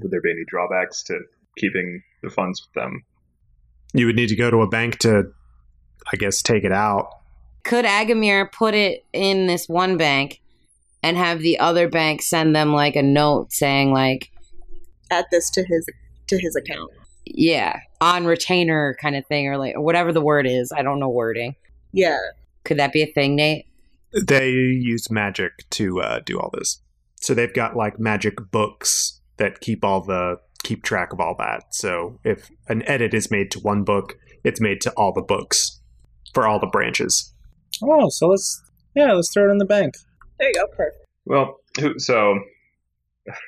Speaker 5: Would there be any drawbacks to keeping the funds with them?
Speaker 1: You would need to go to a bank to, I guess, take it out.
Speaker 3: Could Agamir put it in this one bank and have the other bank send them like a note saying like,
Speaker 2: Add this to his to his account.
Speaker 3: yeah, on retainer kind of thing or like whatever the word is. I don't know wording.
Speaker 2: Yeah.
Speaker 3: Could that be a thing, Nate?
Speaker 1: They use magic to uh, do all this, so they've got like magic books that keep all the keep track of all that. So if an edit is made to one book, it's made to all the books for all the branches.
Speaker 4: Oh, so let's yeah, let's throw it in the bank.
Speaker 2: There you go. Perfect.
Speaker 5: Well, who, so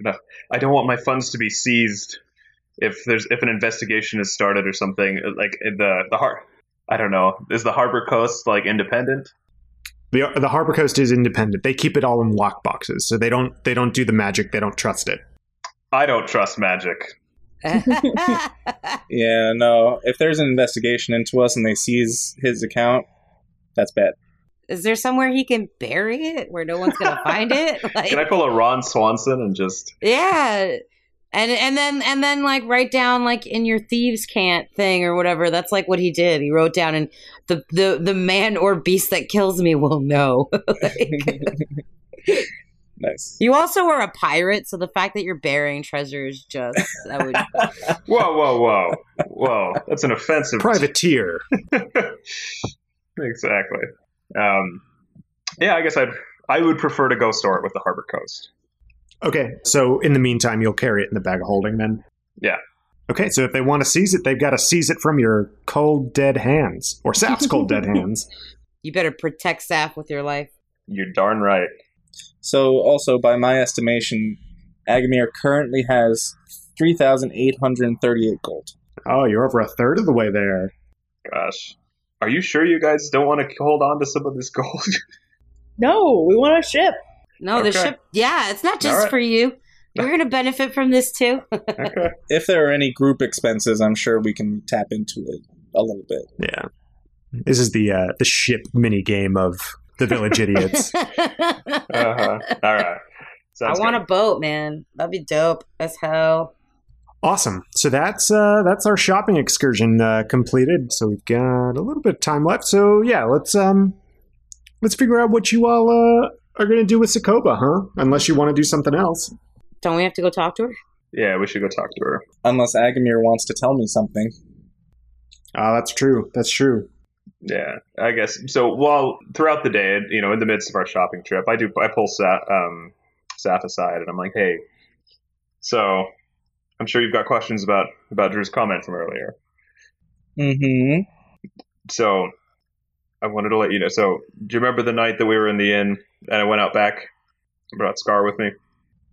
Speaker 5: no, I don't want my funds to be seized if there's if an investigation is started or something like the the har- I don't know is the harbor coast like independent?
Speaker 1: The, the Harbor Coast is independent. They keep it all in lock boxes, so they don't they don't do the magic. They don't trust it.
Speaker 5: I don't trust magic.
Speaker 4: Yeah, no. If there's an investigation into us and they seize his account, that's bad.
Speaker 3: Is there somewhere he can bury it where no one's gonna find it? Like,
Speaker 5: Can I pull a Ron Swanson and just
Speaker 3: yeah, and and then and then like write down like in your thieves can't thing or whatever. That's like what he did. He wrote down and the the the man or beast that kills me will know. Like,
Speaker 4: nice.
Speaker 3: you also were a pirate, so the fact that you're burying treasure is just that would
Speaker 5: whoa whoa whoa whoa that's an offensive
Speaker 1: Privateer.
Speaker 5: exactly. Um, yeah, I guess I'd I would prefer to go store it with the harbor coast.
Speaker 1: Okay, so in the meantime, you'll carry it in the bag of holding then?
Speaker 5: Yeah.
Speaker 1: Okay, so if they want to seize it, they've got to seize it from your cold, dead hands, or Saf's cold, dead hands.
Speaker 3: you better protect staff with your life.
Speaker 5: You're darn right.
Speaker 4: So, also, by my estimation, Agamir currently has 3,838 gold.
Speaker 1: Oh, you're over a third of the way there.
Speaker 5: Gosh, are you sure you guys don't want to hold on to some of this gold?
Speaker 2: No, we want a ship.
Speaker 3: No, the
Speaker 5: Okay. Uh,
Speaker 3: ship. Yeah, it's not just
Speaker 5: All right.
Speaker 3: for you. You're gonna benefit from this too.
Speaker 5: okay.
Speaker 4: If there are any group expenses, I'm sure we can tap into it a little bit.
Speaker 1: Yeah. This is the uh, the ship mini game of the village idiots.
Speaker 5: Uh-huh. All right. Sounds
Speaker 3: I want
Speaker 5: good.
Speaker 3: a boat, man. That'd be dope as hell.
Speaker 1: Awesome. So that's uh, that's our shopping excursion uh, completed. So we've got a little bit of time left. So yeah, let's um let's figure out what you all uh, are going to do with Sokoba, huh? Unless you want to do something else.
Speaker 3: Don't we have to go talk to her?
Speaker 5: Yeah, we should go talk to her.
Speaker 4: Unless Agamir wants to tell me something.
Speaker 1: Ah, that's true. That's true.
Speaker 5: Yeah, I guess. So while throughout the day, you know, in the midst of our shopping trip, I do I pull Sa- um, Saf aside and I'm like, hey, so I'm sure you've got questions about about Drew's comment from earlier.
Speaker 4: Mm-hmm.
Speaker 5: So I wanted to let you know. So do you remember the night that we were in the inn and I went out back, brought Scar with me?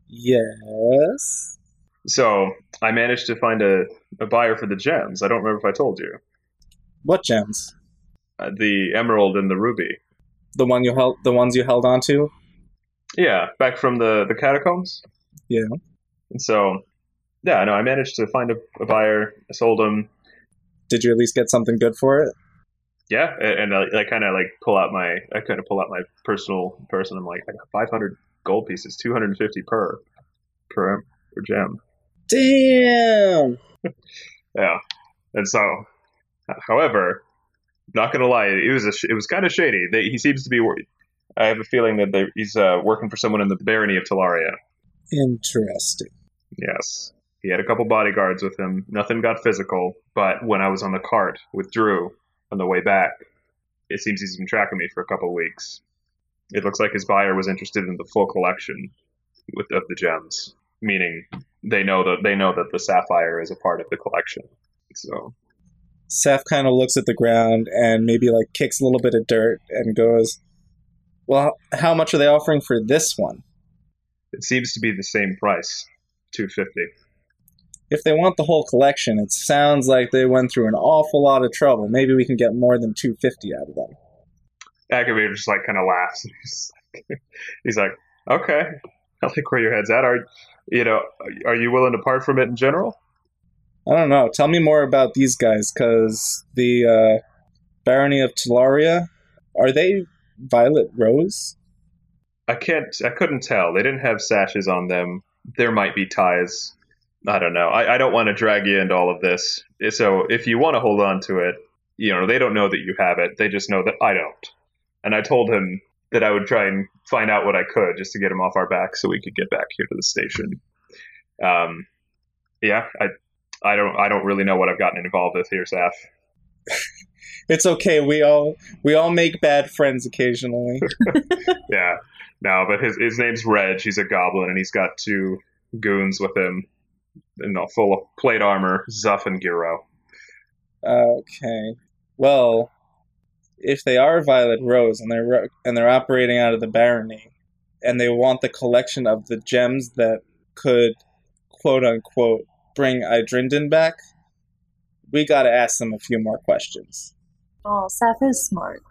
Speaker 4: Yes.
Speaker 5: So I managed to find a, a buyer for the gems. I don't remember if I told you
Speaker 4: What gems?
Speaker 5: uh, the emerald and the ruby.
Speaker 4: The one you held, the ones you held on to.
Speaker 5: Yeah, back from the the catacombs.
Speaker 4: Yeah.
Speaker 5: And so, yeah, no, I managed to find a, a buyer. I sold him.
Speaker 4: Did you at least get something good for it?
Speaker 5: Yeah, a- and I, I kind of like pull out my I kind of pull out my personal person. I'm like, I got 500 gold pieces, 250 per per per gem.
Speaker 4: Damn.
Speaker 5: Yeah, and so, however, not gonna lie, it was a sh- it was kind of shady. They, he seems to be. wor- I have a feeling that they, he's uh, working for someone in the barony of Talaria.
Speaker 4: Interesting.
Speaker 5: Yes. He had a couple bodyguards with him. Nothing got physical, but when I was on the cart with Drew on the way back, it seems he's been tracking me for a couple weeks. It looks like his buyer was interested in the full collection with, of the gems, meaning they know that they know that the sapphire is a part of the collection. So
Speaker 4: Seth kind of looks at the ground and maybe like kicks a little bit of dirt and goes, "Well, how much are they offering for this one?
Speaker 5: it seems to be the same price, two fifty.
Speaker 4: If they want the whole collection, it sounds like they went through an awful lot of trouble. Maybe we can get more than 250 out of them."
Speaker 5: Agamator just like kind of laughs. He's like, he's like, "Okay, I like where your head's at. Are you know? Are you willing to part from it in general?"
Speaker 4: I don't know. Tell me more about these guys cuz the uh, Barony of Talaria, are they Violet Rose?
Speaker 5: I can't. I couldn't tell. They didn't have sashes on them. There might be ties. I don't know. I, I don't want to drag you into all of this. So if you want to hold on to it, you know, they don't know that you have it. They just know that I don't. And I told him that I would try and find out what I could just to get him off our back so we could get back here to the station. Um, yeah, I, I don't, I don't really know what I've gotten involved with here, Saf.
Speaker 4: It's okay. We all we all make bad friends occasionally.
Speaker 5: Yeah, no, but his his name's Reg. He's a goblin, and he's got two goons with him, and all full of plate armor, Zuff and Giro.
Speaker 4: Okay. Well, if they are Violet Rose and they're ro- and they're operating out of the barony, and they want the collection of the gems that could, quote unquote, bring Idrindon back, we gotta ask them a few more questions.
Speaker 2: Oh, Seth is smart.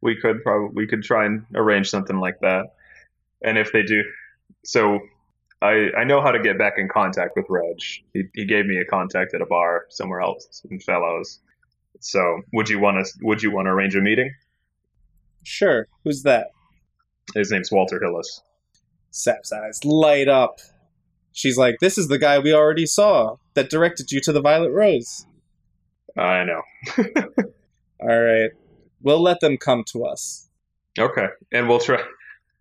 Speaker 5: we could probably we could try and arrange something like that. And if they do, so I I know how to get back in contact with Reg. He he gave me a contact at a bar somewhere else in Fellows. So would you want to would you want to arrange a meeting?
Speaker 4: Sure, who's that?
Speaker 5: His name's Walter Hillis.
Speaker 4: Sap's eyes light up. She's like, This is the guy we already saw that directed you to the Violet Rose.
Speaker 5: I know.
Speaker 4: Alright. We'll let them come to us.
Speaker 5: Okay, and we'll try.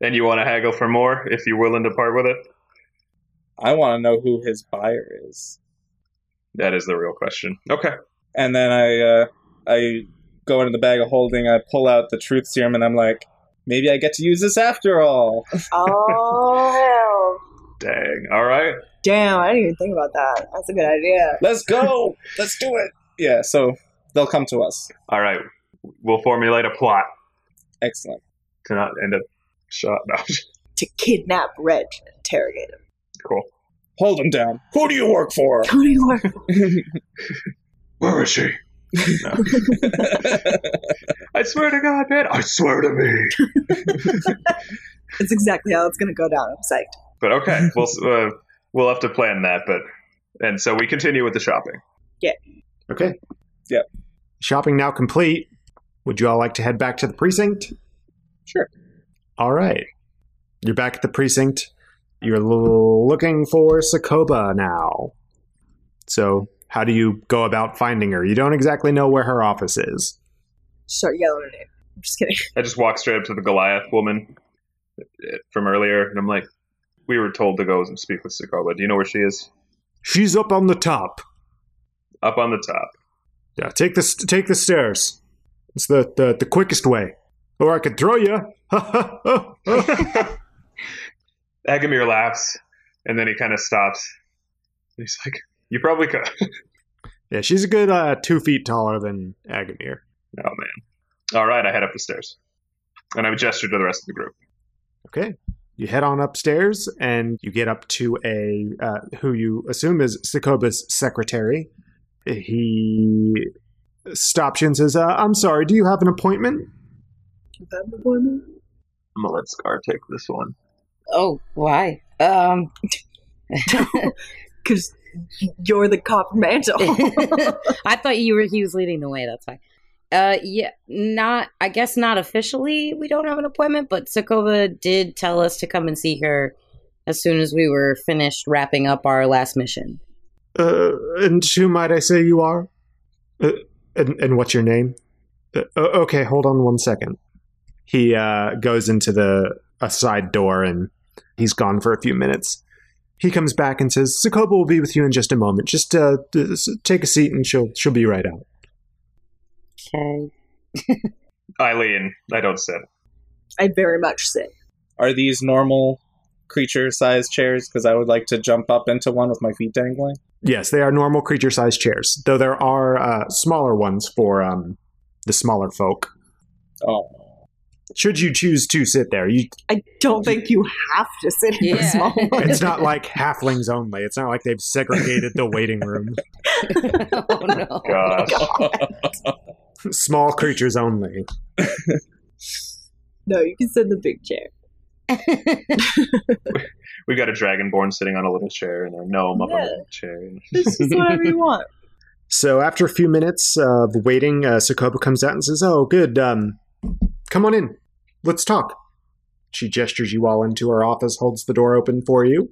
Speaker 5: And you want to haggle for more if you're willing to part with it?
Speaker 4: I wanna know who his buyer is.
Speaker 5: That is the real question. Okay.
Speaker 4: and then I uh, I go into the bag of holding. I pull out the truth serum, and I'm like, maybe I get to use this after all.
Speaker 2: Oh, hell.
Speaker 5: Dang. All right.
Speaker 2: Damn, I didn't even think about that. That's a good idea.
Speaker 4: Let's go. Let's do it. Yeah. So they'll come to us.
Speaker 5: All right. We'll formulate a plot
Speaker 4: Excellent.
Speaker 5: to not end up shot. No.
Speaker 2: To kidnap Reg and interrogate him.
Speaker 5: cool.
Speaker 4: Hold them down. Who do you work for?
Speaker 2: Tony War.
Speaker 5: Where is she? I swear to God, man. I swear to me.
Speaker 2: That's exactly how it's going to go down. I'm psyched.
Speaker 5: But okay, we'll uh, we'll have to plan that. But and so we continue with the shopping.
Speaker 1: Okay.
Speaker 4: Yep.
Speaker 1: Shopping now complete. Would you all like to head back to the precinct?
Speaker 4: Sure.
Speaker 1: All right. You're back at the precinct. You're l- looking for Sokoba now. So, how do you go about finding her? You don't exactly know where her office is.
Speaker 2: Start yelling her name. I'm just kidding.
Speaker 5: I just walk straight up to the Goliath woman uh, from earlier, and I'm like, "We were told to go and speak with Sokoba. Do you know where she is?
Speaker 1: She's up on the top.
Speaker 5: Up on the top.
Speaker 1: Yeah, take the st- take the stairs. It's the, the the quickest way. Or I could throw you.
Speaker 5: Agamir laughs, and then he kind of stops. He's like, "You probably could."
Speaker 1: yeah, she's a good uh, two feet taller than Agamir.
Speaker 5: Oh man. All right, I head up the stairs, and I gesture to the rest of the group.
Speaker 1: Okay. You head on upstairs and you get up to a uh, who you assume is Sokoba's secretary. He stops you and says, uh, "I'm sorry. Do you have an appointment?"
Speaker 5: I'm gonna let Scar take this one.
Speaker 3: Oh, why? Um,
Speaker 2: Because you're the copper mantle.
Speaker 3: I thought you were he was leading the way. That's fine. Uh, yeah, not. I guess not officially. We don't have an appointment, but Sokova did tell us to come and see her as soon as we were finished wrapping up our last mission.
Speaker 1: Uh, and who might I say you are? Uh, and, and what's your name? Uh, o- okay, hold on one second. He uh, goes into the a side door and he's gone for a few minutes. He comes back and says, "Sokoba will be with you in just a moment. Just uh, d- s- take a seat and she'll she'll be right out."
Speaker 3: Okay.
Speaker 5: Eileen, I don't sit.
Speaker 2: I very much sit.
Speaker 4: Are these normal creature-sized chairs? Because I would like to jump up into one with my feet dangling.
Speaker 1: Yes, they are normal creature sized chairs, though there are uh, smaller ones for um, the smaller folk.
Speaker 4: Oh.
Speaker 1: Should you choose to sit there, you,
Speaker 2: I don't think you have to sit in the
Speaker 3: Yeah.
Speaker 2: small one.
Speaker 1: it's not like halflings only. It's not like they've segregated the waiting room.
Speaker 3: oh no.
Speaker 5: Gosh.
Speaker 1: Small creatures only.
Speaker 2: No, you can sit in the big chair.
Speaker 5: we got a dragonborn sitting on a little chair and a gnome up on a
Speaker 2: Yeah.
Speaker 5: little chair. and-
Speaker 2: It's just whatever you want.
Speaker 1: So after a few minutes of waiting, uh, Sokoba comes out and says, "Oh, good. Um, come on in. Let's talk." She gestures you all into her office, holds the door open for you.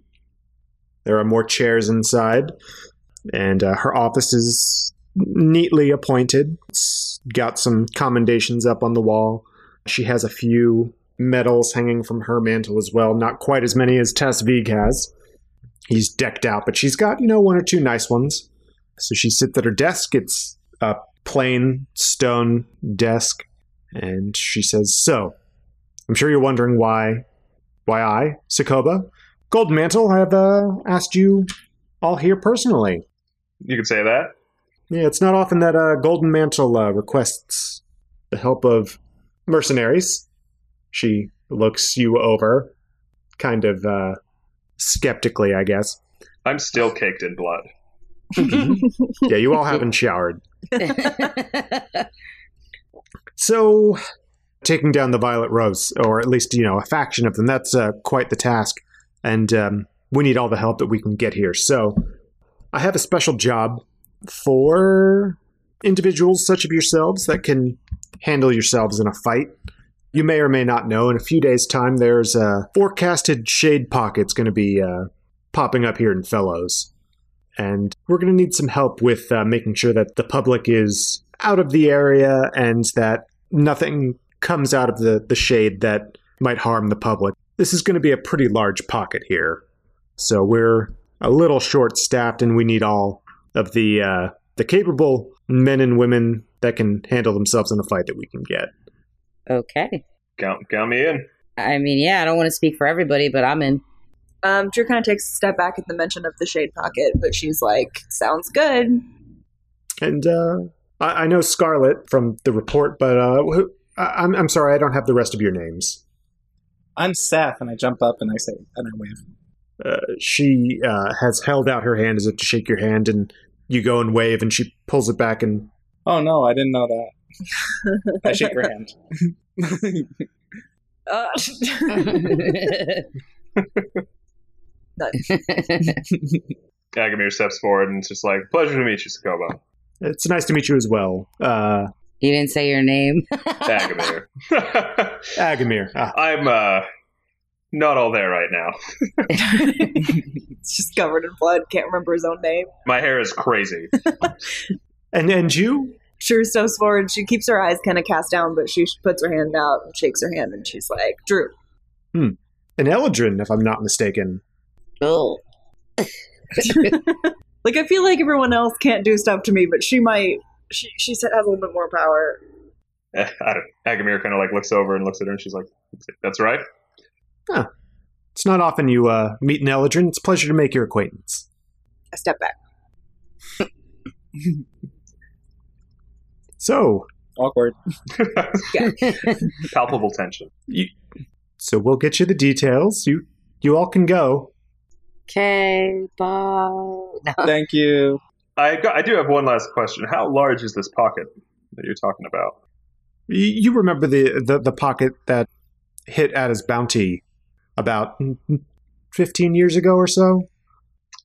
Speaker 1: There are more chairs inside, and uh, her office is neatly appointed. It's got some commendations up on the wall. She has a few medals hanging from her mantle as well, not quite as many as Tess Vig has. He's decked out, but she's got, you know, one or two nice ones. So she sits at her desk. It's a plain stone desk, and she says, "So, I'm sure you're wondering why, why I, Sokoba, Gold Mantle, have uh, asked you all here personally.
Speaker 5: You could say that.
Speaker 1: Yeah, it's not often that uh, Golden Mantle uh, requests the help of mercenaries." She looks you over, kind of uh, skeptically, I guess.
Speaker 5: I'm still caked in blood.
Speaker 1: yeah, you all haven't showered. So, taking down the Violet Rose, or at least you know a faction of them, that's uh, quite the task, and um, we need all the help that we can get here. So, I have a special job for individuals such of yourselves that can handle yourselves in a fight. You may or may not know. In a few days' time, there's a forecasted shade pocket's going to be uh, popping up here in Fellows, and we're going to need some help with uh, making sure that the public is out of the area and that nothing comes out of the, the shade that might harm the public. This is going to be a pretty large pocket here. So we're a little short staffed and we need all of the uh, the capable men and women that can handle themselves in a fight that we can get.
Speaker 3: okay.
Speaker 5: Count, count me in.
Speaker 3: I mean, yeah, I don't want to speak for everybody, but I'm in.
Speaker 2: Um, Drew kind of takes a step back at the mention of the shade pocket, but she's like, "Sounds good."
Speaker 1: And uh, I, I know Scarlet from the report, but uh, who, I, I'm, I'm sorry, I don't have the rest of your names.
Speaker 4: I'm Seth, and I jump up and I say, and I wave.
Speaker 1: Uh, she uh, has held out her hand as if to shake your hand, and you go and wave, and she pulls it back and
Speaker 4: Oh no, I didn't know that. I shake her hand.
Speaker 2: Uh,
Speaker 5: Agamir steps forward and it's just like, pleasure to meet you, Sokoba.
Speaker 1: It's nice to meet you as well. Uh,
Speaker 3: you didn't say your name.
Speaker 5: Agamir.
Speaker 1: Agamir. Ah,
Speaker 5: I'm uh, not all there right now.
Speaker 2: it's just covered in blood. Can't remember his own name.
Speaker 5: My hair is crazy.
Speaker 1: And and you?
Speaker 2: Drew steps forward. She keeps her eyes kind of cast down, but she puts her hand out and shakes her hand, and she's like, "Drew."
Speaker 1: And Eldrin, if I'm not mistaken.
Speaker 3: oh.
Speaker 2: Like I feel like everyone else can't do stuff to me, but she might. She she has a little bit more power.
Speaker 5: Eh, I don't, Agamir kind of like looks over and looks at her and she's like, that's right.
Speaker 1: It's not often you uh, meet an Eldrin. It's a pleasure to make your acquaintance.
Speaker 2: I step back.
Speaker 1: So,
Speaker 4: Awkward.
Speaker 5: Palpable tension.
Speaker 1: so we'll get you the details. You you all can go.
Speaker 3: Okay, bye. No.
Speaker 4: Thank you.
Speaker 5: I, got, I do have one last question. How large is this pocket that you're talking about?
Speaker 1: You, you remember the, the the pocket that hit at his bounty about 15 years ago or so?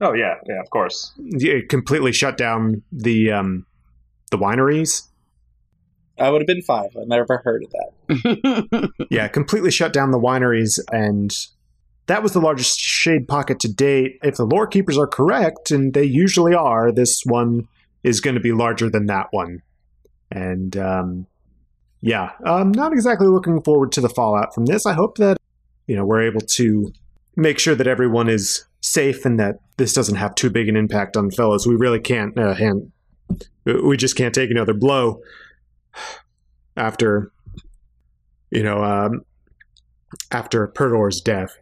Speaker 5: Oh, yeah, yeah, of course.
Speaker 1: It completely shut down the um, the wineries.
Speaker 4: I would have been five. I never heard of that.
Speaker 1: yeah, completely shut down the wineries, and that was the largest shade pocket to date. If the lore keepers are correct, and they usually are, this one is going to be larger than that one. And um, yeah, I'm not exactly looking forward to the fallout from this. I hope that you know we're able to make sure that everyone is safe and that this doesn't have too big an impact on fellows. We really can't uh, hand, we just can't take another blow after you know, um, after Perdor's death,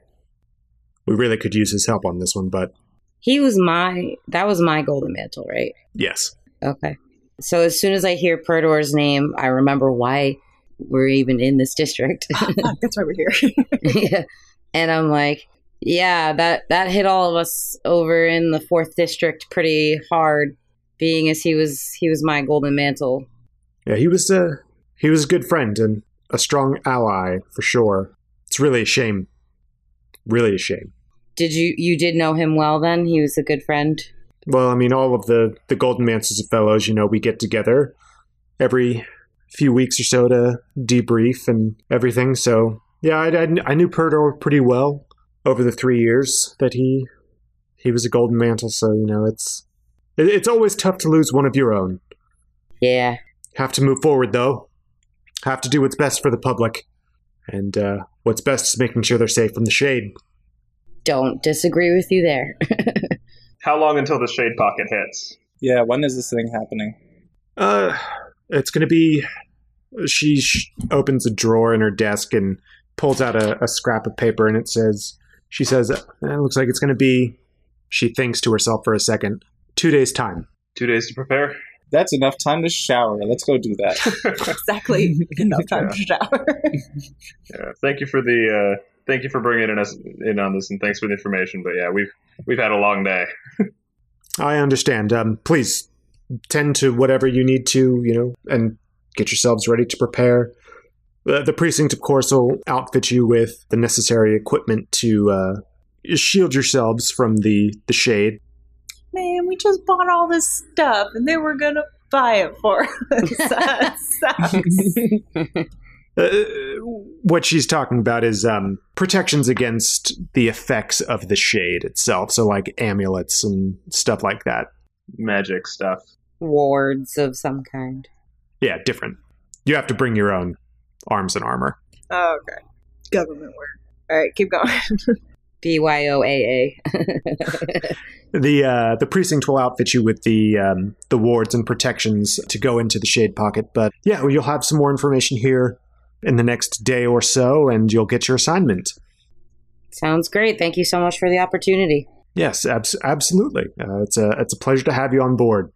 Speaker 1: we really could use his help on this one, but
Speaker 3: He was my. That was my golden mantle, right?
Speaker 1: yes.
Speaker 3: Okay. So as soon as I hear Perdor's name, I remember why we're even in this district.
Speaker 2: Oh, fuck, that's why we're here.
Speaker 3: and I'm like, yeah, that that hit all of us over in the 4th district pretty hard being as he was he was my golden mantle.
Speaker 1: Yeah, he was a he was a good friend and a strong ally for sure. It's really a shame. Really a shame.
Speaker 3: Did you you did know him well then? He was a good friend.
Speaker 1: Well, I mean, all of the the Golden Mantles of Fellows, you know, we get together every few weeks or so to debrief and everything. So yeah, I, I, I knew Perdor pretty well over the three years that he he was a Golden Mantle. So you know, it's it, it's always tough to lose one of your own.
Speaker 3: Yeah.
Speaker 1: Have to move forward though. Have to do what's best for the public, and uh, what's best is making sure they're safe from the shade.
Speaker 3: Don't disagree with you there.
Speaker 5: How long until the shade pocket hits?
Speaker 4: Yeah, when is this thing happening?
Speaker 1: Uh, it's gonna be. She sh- opens a drawer in her desk and pulls out a, a scrap of paper, and it says, "She says "Uh, it looks like it's gonna be." She thinks to herself for a second, two days time.
Speaker 5: Two days to prepare?
Speaker 4: That's enough time to shower. Let's go do that.
Speaker 2: exactly enough time to shower.
Speaker 5: Yeah, thank you for the. Uh, Thank you for bringing in us in on this, and thanks for the information. But yeah, we've we've had a long day.
Speaker 1: I understand. Um, please tend to whatever you need to, you know, and get yourselves ready to prepare. The, the precinct, of course, will outfit you with the necessary equipment to uh, shield yourselves from the, the shade.
Speaker 2: Man, we just bought all this stuff and they were gonna buy it for us. That sucks.
Speaker 1: Uh, what she's talking about is um, protections against the effects of the shade itself. So, like amulets and stuff like that.
Speaker 5: Magic stuff.
Speaker 3: wards of some kind.
Speaker 1: Yeah, different. You have to bring your own arms and armor.
Speaker 2: Oh, okay. Government work. All right, keep going.
Speaker 3: B Y O A A.
Speaker 1: The uh, the precinct will outfit you with the um, the wards and protections to go into the shade pocket. But yeah, well, you'll have some more information here in the next day or so, and you'll get your assignment.
Speaker 3: Sounds great. Thank you so much for the opportunity.
Speaker 1: Yes, abs- absolutely. Uh, it's a it's a pleasure to have you on board.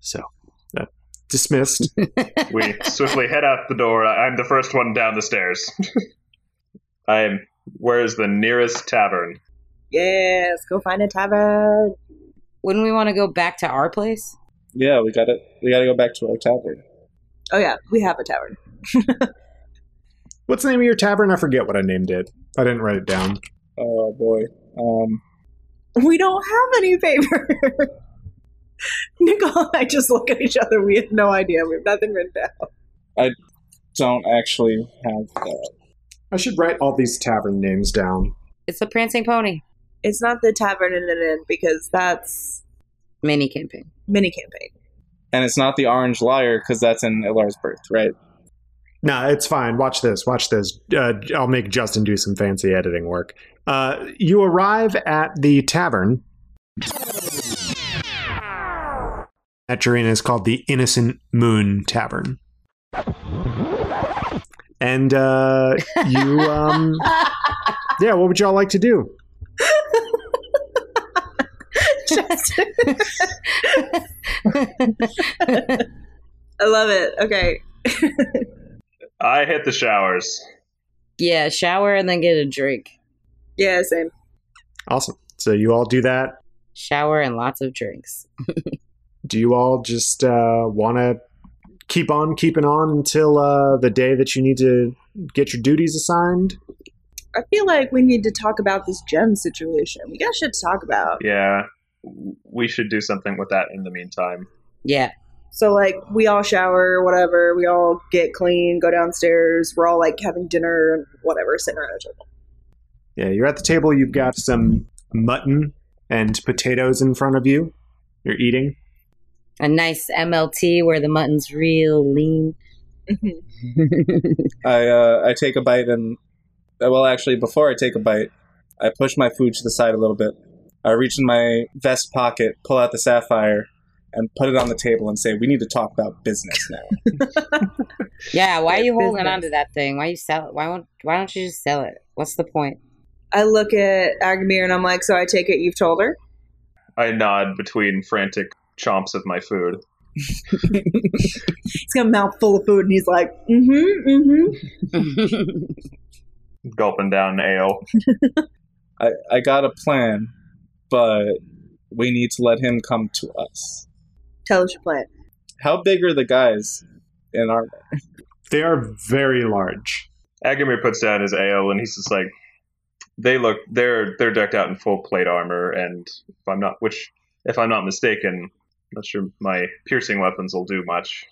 Speaker 1: So, uh, dismissed.
Speaker 5: We swiftly head out the door. I- I'm the first one down the stairs. I'm. Where is the nearest tavern?
Speaker 2: yeah, let's go find a tavern.
Speaker 3: Wouldn't we want to go back to our place?
Speaker 4: Yeah, we got to We got to go back to our tavern.
Speaker 2: Oh yeah, we have a tavern.
Speaker 1: What's the name of your tavern? I forget what I named it. I didn't write it down.
Speaker 4: Oh boy. Um,
Speaker 2: We don't have any paper. Nicole and I just look at each other. We have no idea. We have nothing written down.
Speaker 4: don't actually have that.
Speaker 1: I should write all these tavern names down.
Speaker 3: It's the Prancing Pony
Speaker 2: It's not the tavern in an inn because that's
Speaker 3: mini camping.
Speaker 2: mini campaign.
Speaker 4: And it's not the Orange Liar because that's in Ilar's birth, right?
Speaker 1: Nah, it's fine. Watch this. Watch this. Uh, I'll make Justin do some fancy editing work. Uh, you arrive at the tavern. That arena is called the Innocent Moon Tavern. And uh, you, um, yeah, what would y'all like to do?
Speaker 2: Justin. I love it. Okay.
Speaker 5: I hit the showers.
Speaker 3: yeah, shower and then get a drink.
Speaker 2: Yeah, same.
Speaker 1: Awesome. So you all do that.
Speaker 3: Shower and lots of drinks.
Speaker 1: do you all just uh, want to keep on keeping on until uh, the day that you need to get your duties assigned?
Speaker 2: I feel like we need to talk about this gem situation. We got shit to talk about.
Speaker 5: Yeah. W- We should do something with that in the meantime.
Speaker 3: Yeah.
Speaker 2: So like we all shower, whatever. We all get clean, go downstairs. We're all like having dinner and whatever, sitting around each other.
Speaker 1: Yeah, you're at the table. You've got some mutton and potatoes in front of you. You're eating.
Speaker 3: A nice MLT where the mutton's real lean.
Speaker 4: I uh, I take a bite and uh, well, actually, before I take a bite, I push my food to the side a little bit. I reach in my vest pocket, pull out the sapphire, and put it on the table and say, "We need to talk about business now."
Speaker 3: Yeah, why are you
Speaker 2: Good
Speaker 3: holding on
Speaker 2: business.
Speaker 3: to that thing? Why you sell it? Why won't why don't you just sell it? What's the point?
Speaker 2: I look at Agamir and I'm like, so I take it you've told her.
Speaker 5: I nod between frantic chomps of my food.
Speaker 2: He's got a mouthful of food and he's like, mm-hmm, mm-hmm.
Speaker 5: gulping down ale.
Speaker 4: I I got a plan, but we need to let him come to us.
Speaker 2: Tell us your plan.
Speaker 4: How big are the guys in our?
Speaker 1: They are very large.
Speaker 5: Agamir puts down his ale and he's just like, they look they're they're decked out in full plate armor and if I'm not which if I'm not mistaken, I'm not sure my piercing weapons will do much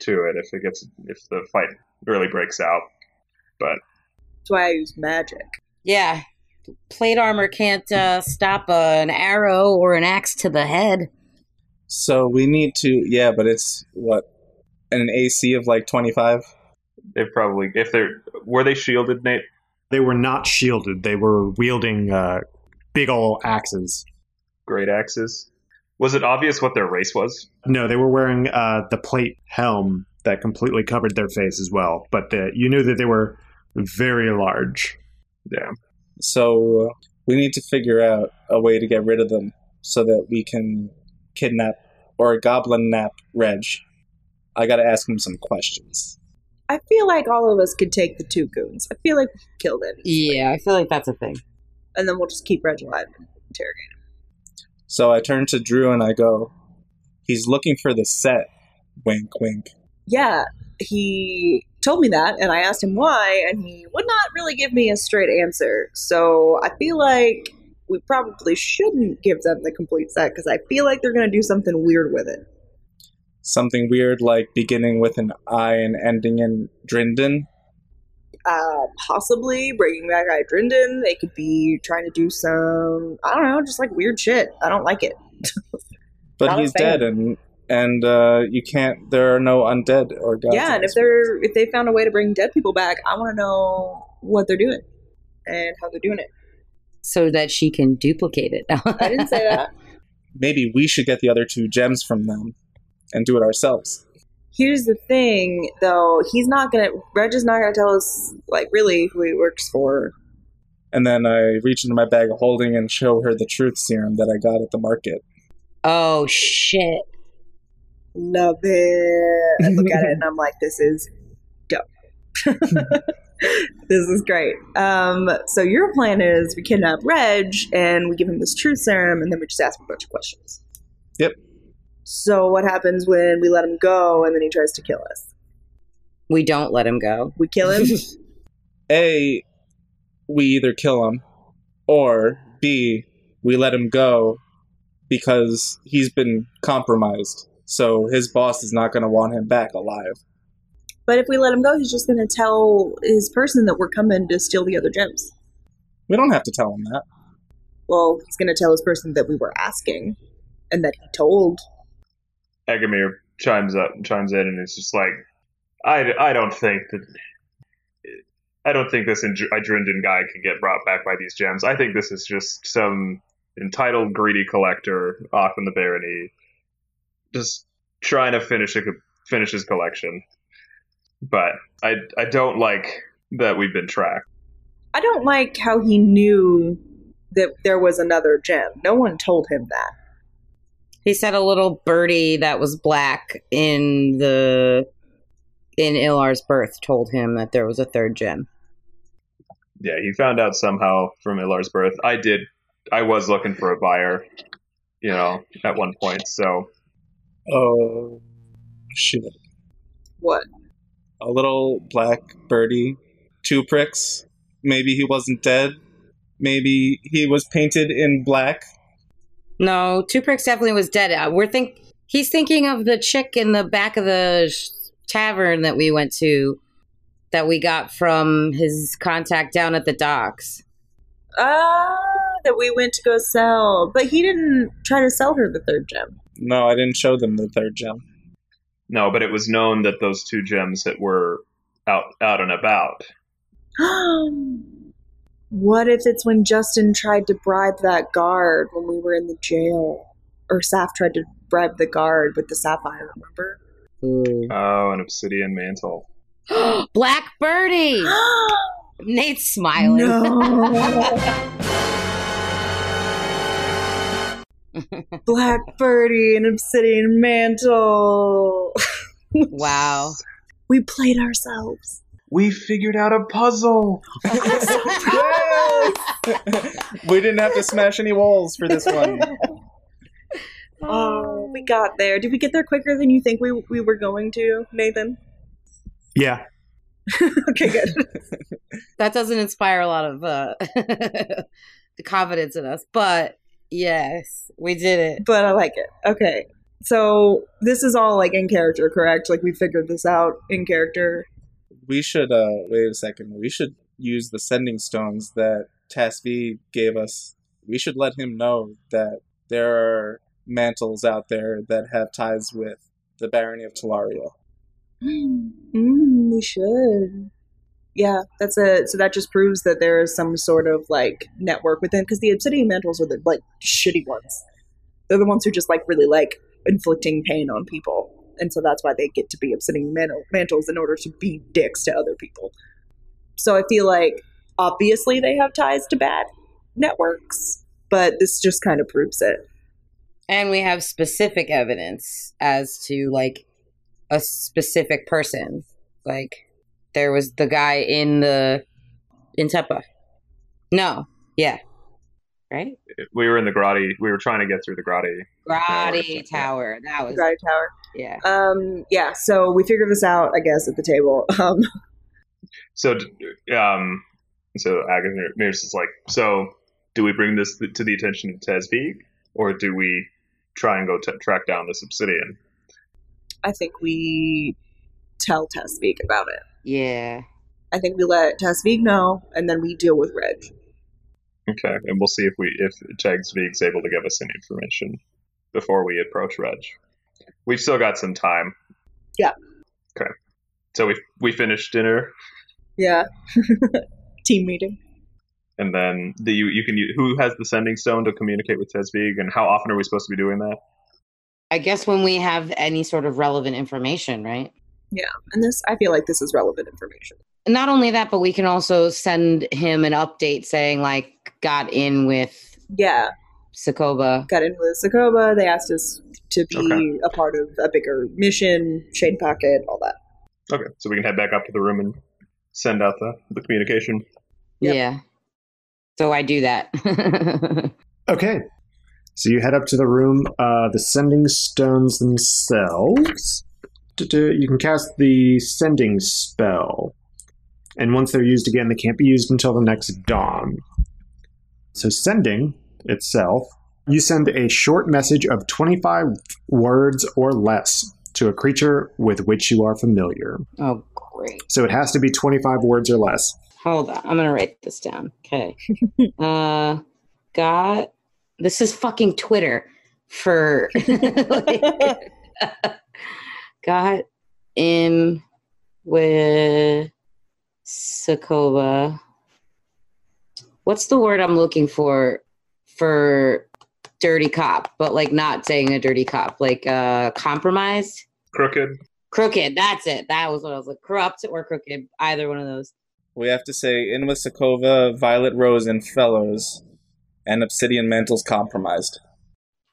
Speaker 5: to it if it gets if the fight really breaks out.
Speaker 2: That's why I use magic.
Speaker 3: yeah. Plate armor can't uh, stop uh, an arrow or an axe to the head.
Speaker 4: So we need to. Yeah, but it's what an AC of like twenty five.
Speaker 5: They probably if they're were they shielded, Nate?
Speaker 1: They were not shielded. They were wielding uh, big ol' axes.
Speaker 5: Great axes. Was it obvious what their race was?
Speaker 1: No, they were wearing uh, the plate helm that completely covered their face as well. But the, you knew that they were very large.
Speaker 4: So uh, we need to figure out a way to get rid of them so that we can kidnap or goblin nap Reg. I gotta ask him some questions.
Speaker 2: I feel like all of us could take the two goons. I feel like we could kill them.
Speaker 3: Yeah, I feel like that's a thing.
Speaker 2: And then we'll just keep Reg alive and interrogate.
Speaker 4: So I turn to Drew and I go, he's looking for the set. Wink, wink.
Speaker 2: yeah, he told me that, and I asked him why, and he would not really give me a straight answer. So I feel like we probably shouldn't give them the complete set because I feel like they're going to do something weird with it.
Speaker 4: Something weird like beginning with an I and ending in Drinden.
Speaker 2: Uh, possibly bringing back Idrinden. They could be trying to do some, I don't know, just like weird shit. I don't like it.
Speaker 4: But
Speaker 2: Not a
Speaker 4: he's
Speaker 2: fan.
Speaker 4: dead and and uh, you can't there are no undead or gods.
Speaker 2: yeah,
Speaker 4: in
Speaker 2: and if
Speaker 4: this
Speaker 2: they're if they found a way to bring dead people back, I want to know what they're doing and how they're doing it.
Speaker 3: so that she can duplicate it.
Speaker 2: I didn't say that.
Speaker 4: maybe we should get the other two gems from them and do it ourselves.
Speaker 2: Here's the thing, though. He's not gonna. Reg is not gonna tell us, like, really who he works for.
Speaker 4: And then I reach into my bag of holding and show her the truth serum that I got at the market.
Speaker 3: oh shit!
Speaker 2: Love it. I look at it and I'm like, this is dope. this is great. Um, so your plan is we kidnap Reg and we give him this truth serum, and then we just ask him a bunch of questions.
Speaker 4: Yep.
Speaker 2: So what happens when we let him go and then he tries to kill us?
Speaker 3: We don't let him go.
Speaker 2: We kill him.
Speaker 4: A, we either kill him, or B, we let him go because he's been compromised. So his boss is not going to want him back alive.
Speaker 2: but if we let him go, he's just gonna tell his person that we're coming to steal the other gems.
Speaker 4: We don't have to tell him that.
Speaker 2: well, he's going to tell his person that we were asking and that he told.
Speaker 5: Agamir chimes up, chimes in, and it's just like, I, I don't think that. I don't think this Idr- Idrindan guy can get brought back by these gems. I think this is just some entitled, greedy collector off in the barony, just trying to finish a, finish his collection. But I, I don't like that we've been tracked.
Speaker 2: I don't like how he knew that there was another gem. No one told him that.
Speaker 3: He said a little birdie that was black in the in Ilar's birth told him that there was a third gem.
Speaker 5: Yeah, he found out somehow from Ilar's birth. I did. I was looking for a buyer, you know, at one point. So
Speaker 4: Oh, shit.
Speaker 2: What?
Speaker 4: A little black birdie, two pricks. Maybe he wasn't dead. Maybe he was painted in black.
Speaker 3: No, Tuprix definitely was dead. Uh, We're think he's thinking of the chick in the back of the sh- tavern that we went to, that we got from his contact down at the docks.
Speaker 2: Ah, that we went to go sell. But he didn't try to sell her the third gem.
Speaker 4: No, I didn't show them the third gem.
Speaker 5: No, but it was known that those two gems that were out out and about.
Speaker 2: what if it's when Justin tried to bribe that guard when we were in the jail? Or Saf tried to bribe the guard with the sapphire, remember?
Speaker 3: Ooh.
Speaker 5: Oh, an obsidian mantle.
Speaker 3: Black birdie. Nate's smiling.
Speaker 2: No. Black Birdie and Obsidian Mantle.
Speaker 3: wow.
Speaker 2: We played ourselves.
Speaker 5: We figured out a puzzle.
Speaker 4: we didn't have to smash any walls for this one.
Speaker 2: Oh, we got there. Did we get there quicker than you think we, we were going to, Nathan?
Speaker 1: Yeah.
Speaker 2: Okay, good.
Speaker 3: that doesn't inspire a lot of uh, confidence in us. But yes, we did it.
Speaker 2: but I like it. Okay. So this is all like in character, correct? Like we figured this out in character.
Speaker 4: We should uh wait a second. We should use the sending stones that Tasvi gave us. We should let him know that there are mantles out there that have ties with the Barony of Talaria.
Speaker 2: Mm, we should. Yeah, that's a so that just proves that there is some sort of like network within because the obsidian mantles are the like shitty ones. They're the ones who just like really like inflicting pain on people, and so that's why they get to be obsidian mantle- mantles in order to be dicks to other people. So I feel like obviously they have ties to bad networks, but this just kind of proves it.
Speaker 3: And we have specific evidence as to like a specific person. Like there was the guy in the in Tepa. No, yeah, right?
Speaker 5: We were in the Grotti. We were trying to get through the Grotti.
Speaker 3: Grotty Tower. That was
Speaker 2: Guard tower.
Speaker 3: yeah.
Speaker 2: Um, yeah, so we figured this out, I guess, at the table. Um,
Speaker 5: So, d- um, so Agnes is like, so do we bring this th- to the attention of Tesbeek, or do we try and go t- track down this obsidian?
Speaker 2: I think we tell Tesvik about it.
Speaker 3: Yeah.
Speaker 2: I think we let Tesvik know, and then we deal with Reg.
Speaker 5: Okay, and we'll see if we if Tesbeek's able to give us any information before we approach Reg. We've still got some time.
Speaker 2: Yeah.
Speaker 5: Okay. So we we finished dinner,
Speaker 2: Yeah. Team meeting.
Speaker 5: and then the you, you can u- who has the sending stone to communicate with Tesbeek, and how often are we supposed to be doing that?
Speaker 3: I guess when we have any sort of relevant information, right?
Speaker 2: And this, I feel like this is relevant information.
Speaker 3: not only that, but we can also send him an update saying like got in with
Speaker 2: Yeah.
Speaker 3: Sokoba.
Speaker 2: Got in with Sokoba. They asked us to be
Speaker 5: Okay.
Speaker 2: a part of a bigger mission, Shade Pocket, all that.
Speaker 5: Okay, so we can head back up to the room and send out the, the communication.
Speaker 2: Yep.
Speaker 3: Yeah. So I do that.
Speaker 1: Okay. So you head up to the room. Uh, the sending stones themselves. Du-du, You can cast the sending spell. And once they're used again, they can't be used until the next dawn. So, sending itself, you send a short message of 25 words or less to a creature with which you are familiar.
Speaker 3: oh great.
Speaker 1: So, it has to be 25 words or less.
Speaker 3: Hold on. I'm gonna write this down. Okay. uh got this is fucking Twitter for like, got in with Sokoba. What's the word I'm looking for for dirty cop, but like not saying a dirty cop, like uh compromised?
Speaker 5: Crooked.
Speaker 3: Crooked, that's it. That was what I was like. Corrupt or crooked, either one of those.
Speaker 4: We have to say in with Sakova, Violet Rose, and Fellows, and Obsidian Mantle's compromised.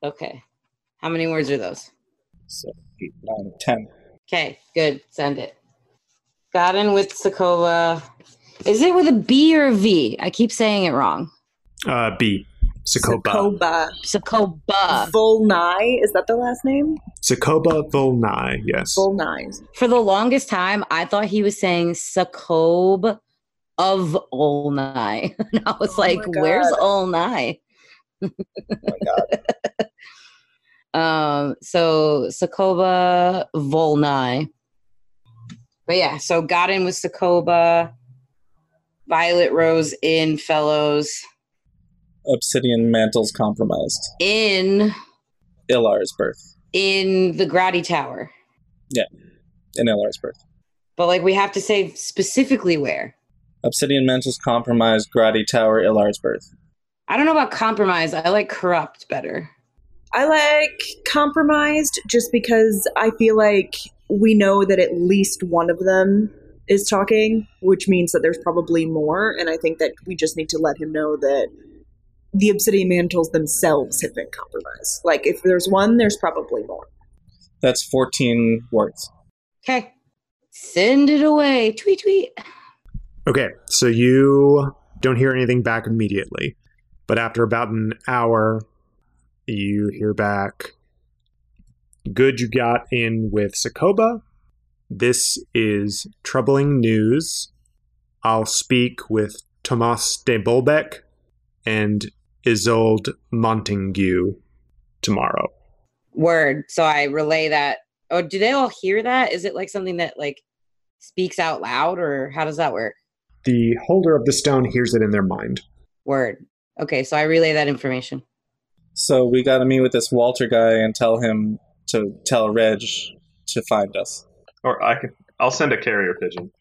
Speaker 3: Okay. How many words are those?
Speaker 4: So eight, nine, ten.
Speaker 3: Okay, good. Send it. Got in with Sokola. Is it with a B or a V? I keep saying it wrong.
Speaker 1: Uh, B. Sokoba.
Speaker 2: Sokoba.
Speaker 3: Sokoba.
Speaker 2: Volnai. Is that the last name?
Speaker 1: Sokoba Volnai, yes.
Speaker 2: Volnai.
Speaker 3: For the longest time, I thought he was saying Sokob of Olnai. And I was
Speaker 2: Oh my
Speaker 3: like, where's
Speaker 2: God. Oh
Speaker 3: Olnai? Um, so Sokoba Volnai. But yeah, so got in with Sokoba, Violet Rose in Fellows,
Speaker 4: Obsidian Mantle's compromised.
Speaker 3: in
Speaker 4: Ilar's birth.
Speaker 3: in the Grotty Tower.
Speaker 4: In Ilar's birth.
Speaker 3: But like we have to say specifically where.
Speaker 4: Obsidian Mantle's compromised. Grotty Tower. Ilar's birth.
Speaker 3: I don't know about compromise. I like corrupt better.
Speaker 2: I like compromised just because I feel like we know that at least one of them is talking, which means that there's probably more. And I think that we just need to let him know that the obsidian mantles themselves have been compromised. Like, if there's one, there's probably more.
Speaker 4: That's fourteen words.
Speaker 3: Okay. Send it away. Tweet tweet.
Speaker 1: Okay, so you don't hear anything back immediately, but after about an hour, you hear back. Good, you got in with Sokoba. This is troubling news. I'll speak with Tomas de Bolbeck and Isolde Montague tomorrow.
Speaker 3: Word. So I relay that. Oh, do they all hear that? Is it like something that like speaks out loud or how does that work?
Speaker 1: The holder of the stone hears it in their mind.
Speaker 3: Word. Okay, so I relay that information.
Speaker 4: So we got to meet with this Walter guy and tell him to tell Reg to find us.
Speaker 5: Or I can. I'll send a carrier pigeon.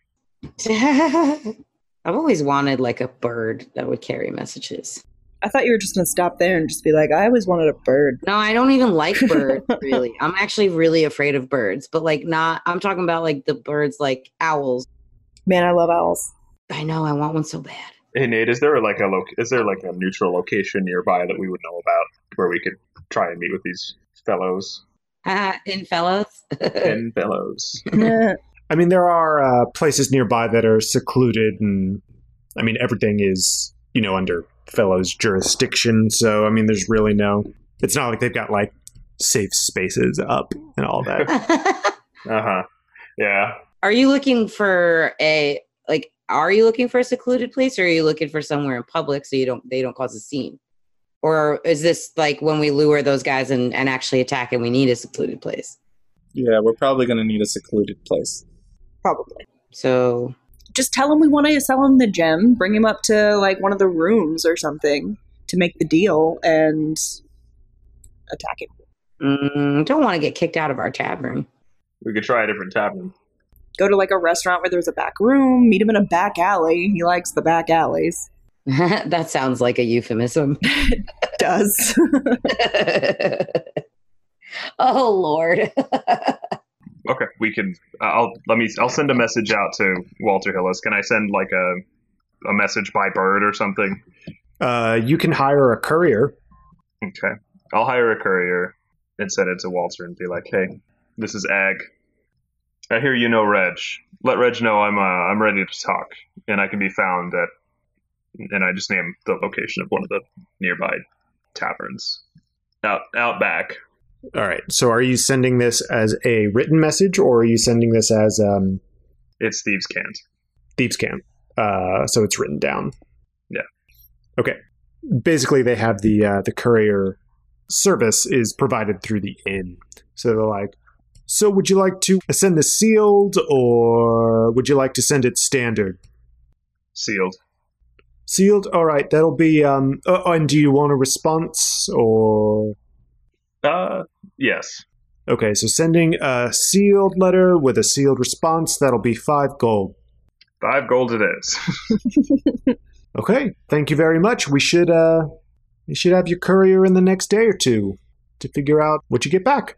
Speaker 3: I've always wanted like a bird that would carry messages.
Speaker 2: I thought you were just going to stop there and just be like, I always wanted a bird.
Speaker 3: No, I don't even like birds really. I'm actually really afraid of birds, but like not I'm talking about like the birds like owls.
Speaker 2: Man, I love owls.
Speaker 3: I know I want one so bad.
Speaker 5: Hey Nate, is there like a loc? Is there like a neutral location nearby that we would know about where we could try and meet with these fellows
Speaker 3: Ah, In fellows.
Speaker 5: and fellows?
Speaker 1: I mean, there are uh, places nearby that are secluded, and I mean, everything is you know under fellow's jurisdiction. So, I mean, there's really no. It's not like they've got like safe spaces up and all that.
Speaker 5: Uh huh. Yeah.
Speaker 3: are you looking for a like? Are you looking for a secluded place, or are you looking for somewhere in public so you don't they don't cause a scene? Or is this like when we lure those guys and, and actually attack and we need a secluded place?
Speaker 4: Yeah, we're probably going to need a secluded place.
Speaker 2: Probably.
Speaker 3: So
Speaker 2: Just tell him we want to sell him the gem. Bring him up to like one of the rooms or something to make the deal and attack him.
Speaker 3: mm, don't want to get kicked out of our tavern.
Speaker 5: We could try a different tavern.
Speaker 2: Go to like a restaurant where there's a back room. Meet him in a back alley. He likes the back alleys.
Speaker 3: that sounds like a euphemism.
Speaker 2: Does.
Speaker 3: oh Lord.
Speaker 5: Okay, we can. uh, I'll let me. I'll send a message out to Walter Hillis. Can I send like a a message by bird or something?
Speaker 1: Uh, you can hire a courier.
Speaker 5: Okay, I'll hire a courier and send it to Walter and be like, "Hey, this is Ag. I hear you know Reg. Let Reg know I'm uh, I'm ready to talk, and I can be found at." And I just name the location of one of the nearby taverns out out back.
Speaker 1: All right. So, are you sending this as a written message, or are you sending this as um,
Speaker 5: It's Thieves' Cant.
Speaker 1: Thieves Camp? Uh, so it's written down.
Speaker 5: Yeah.
Speaker 1: Okay. Basically, they have the uh, the courier service is provided through the inn. So they're like, so would you like to send this sealed, or would you like to send it standard?
Speaker 5: Sealed.
Speaker 1: Sealed. All right. That'll be. Um. Uh, and do you want a response or?
Speaker 5: Uh, yes.
Speaker 1: Okay, so sending a sealed letter with a sealed response, that'll be five gold.
Speaker 5: Five gold it is.
Speaker 1: Okay, thank you very much. We should uh we should have your courier in the next day or two to figure out what you get back.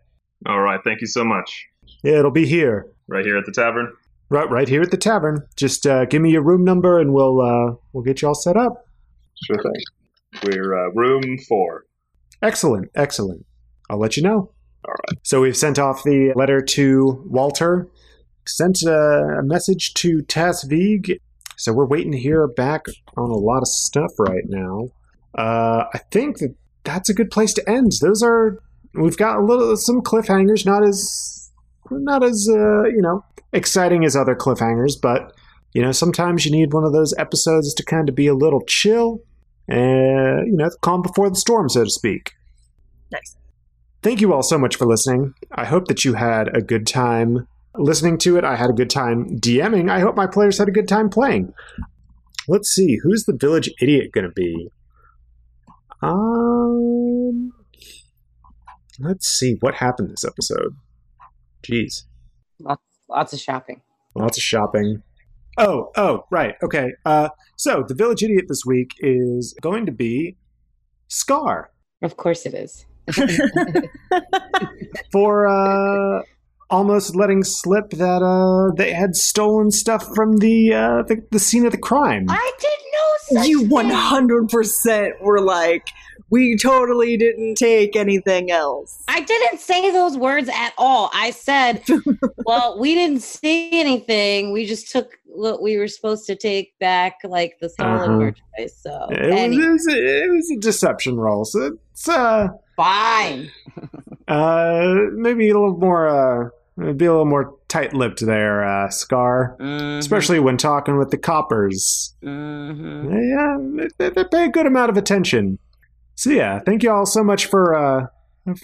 Speaker 5: All right. Thank you so much.
Speaker 1: Yeah, it'll be here.
Speaker 5: Right here at the tavern.
Speaker 1: Right right here at the tavern. Just uh give me your room number and we'll uh we'll get you all set up.
Speaker 5: Sure thing. We're uh, room four.
Speaker 1: Excellent, excellent. I'll let you know. All right. So we've sent off the letter to Walter, sent a, a message to Tasvig. So we're waiting to hear back on a lot of stuff right now. Uh, I think that that's a good place to end. Those are we've got a little some cliffhangers, not as not as uh, you know exciting as other cliffhangers, but you know sometimes you need one of those episodes to kind of be a little chill and you know calm before the storm, so to speak.
Speaker 2: nice.
Speaker 1: Thank you all so much for listening. I hope that you had a good time listening to it. I had a good time DMing. I hope my players had a good time playing. Let's see, who's the village idiot going to be? Um, let's see what happened this episode. Jeez,
Speaker 3: Lots of shopping.
Speaker 1: lots of shopping. Oh, oh, right, okay. Uh, so the village idiot this week is going to be Scar.
Speaker 3: Of course it is.
Speaker 1: for uh, almost letting slip that uh, they had stolen stuff from the, uh, the the scene of the crime.
Speaker 3: I didn't know
Speaker 2: You 100% were like, we totally didn't take anything else.
Speaker 3: I didn't say those words at all. I said, "Well, we didn't see anything. We just took what we were supposed to take back, like the stolen
Speaker 1: Uh-huh.
Speaker 3: merchandise." So,
Speaker 1: it, was,
Speaker 3: any-
Speaker 1: it, was a, it was a deception roll, so it's uh,
Speaker 3: fine.
Speaker 1: uh, maybe a little more uh, be a little more tight-lipped there, uh, Scar.
Speaker 3: Mm-hmm.
Speaker 1: Especially when talking with the coppers. mm-hmm.
Speaker 3: Mhm.
Speaker 1: Yeah, they, they pay a good amount of attention. So yeah, thank you all so much for uh,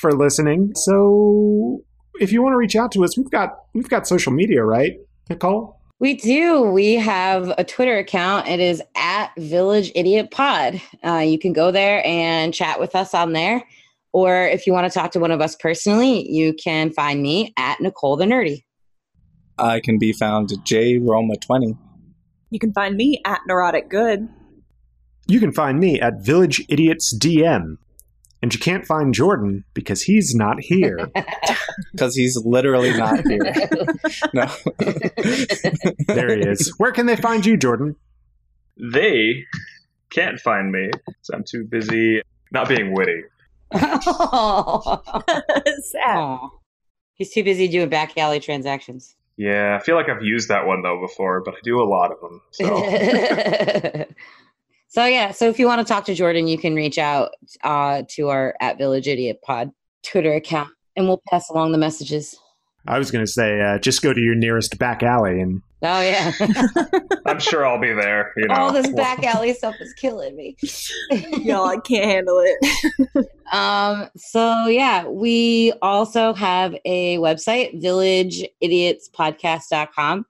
Speaker 1: for listening. So if you want to reach out to us, we've got we've got social media, right, Nicole?
Speaker 3: We do. We have a Twitter account. It is at Village Idiot Pod. Uh, you can go there and chat with us on there. Or if you want to talk to one of us personally, you can find me at Nicole the Nerdy.
Speaker 4: I can be found at J Roma 20.
Speaker 2: You can find me at Neurotic Good.
Speaker 1: You can find me at Village Idiots DM, and you can't find Jordan because he's not here.
Speaker 4: Because he's literally not here. no.
Speaker 1: there he is. Where can they find you, Jordan?
Speaker 5: They can't find me 'cause I'm too busy not being witty.
Speaker 2: Sad.
Speaker 3: Aw. He's too busy doing back alley transactions.
Speaker 5: Yeah, I feel like I've used that one though before, but I do a lot of them. So
Speaker 3: Sounds So yeah, so if you want to talk to Jordan, you can reach out uh, to our at Village Idiot Pod Twitter account, and we'll pass along the messages.
Speaker 1: I was going to say, uh, just go to your nearest back alley and
Speaker 3: Oh yeah,
Speaker 5: I'm sure I'll be there. You know,
Speaker 3: all this back alley stuff is killing me.
Speaker 2: Y'all, I can't handle it.
Speaker 3: Um, so yeah, we also have a website, villageidiotspodcast.com.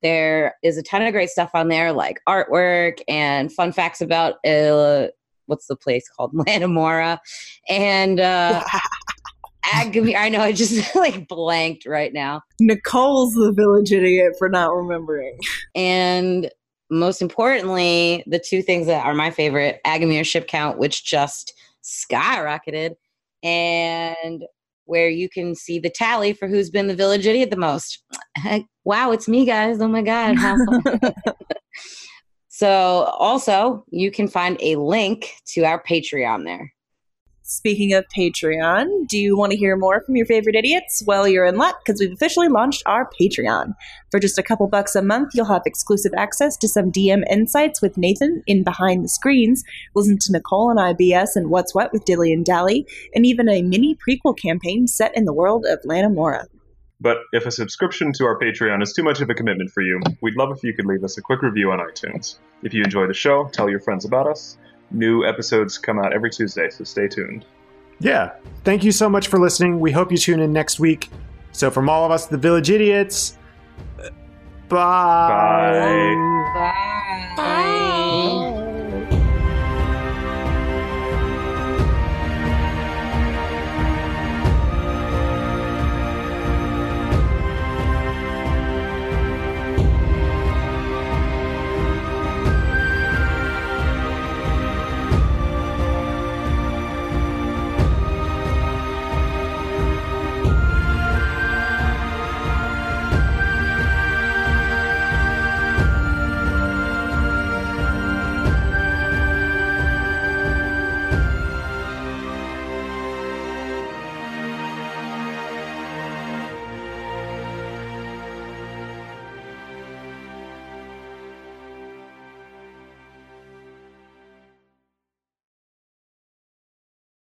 Speaker 3: There is a ton of great stuff on there, like artwork and fun facts about uh, what's the place called Lanamora and uh, Agami. I know I just like blanked right now.
Speaker 2: Nicole's the village idiot for not remembering.
Speaker 3: And most importantly, the two things that are my favorite Agamir ship count, which just skyrocketed, and where you can see the tally for who's been the village idiot the most. wow, it's me, guys. Oh my God. how fun. so, also, you can find a link to our Patreon there.
Speaker 2: Speaking of Patreon, do you want to hear more from your favorite idiots? Well, you're in luck because we've officially launched our Patreon. For just a couple bucks a month, you'll have exclusive access to some DM insights with Nathan in Behind the Screens, listen to Nicole and IBS and What's What with Dilly and Dally, and even a mini prequel campaign set in the world of Lanamora.
Speaker 5: But if a subscription to our Patreon is too much of a commitment for you, we'd love if you could leave us a quick review on iTunes. If you enjoy the show, tell your friends about us. New episodes come out every Tuesday, so stay tuned.
Speaker 1: yeah, thank you so much for listening. We hope you tune in next week. So, from all of us, at the Village Idiots, uh,
Speaker 5: Bye.
Speaker 3: Bye.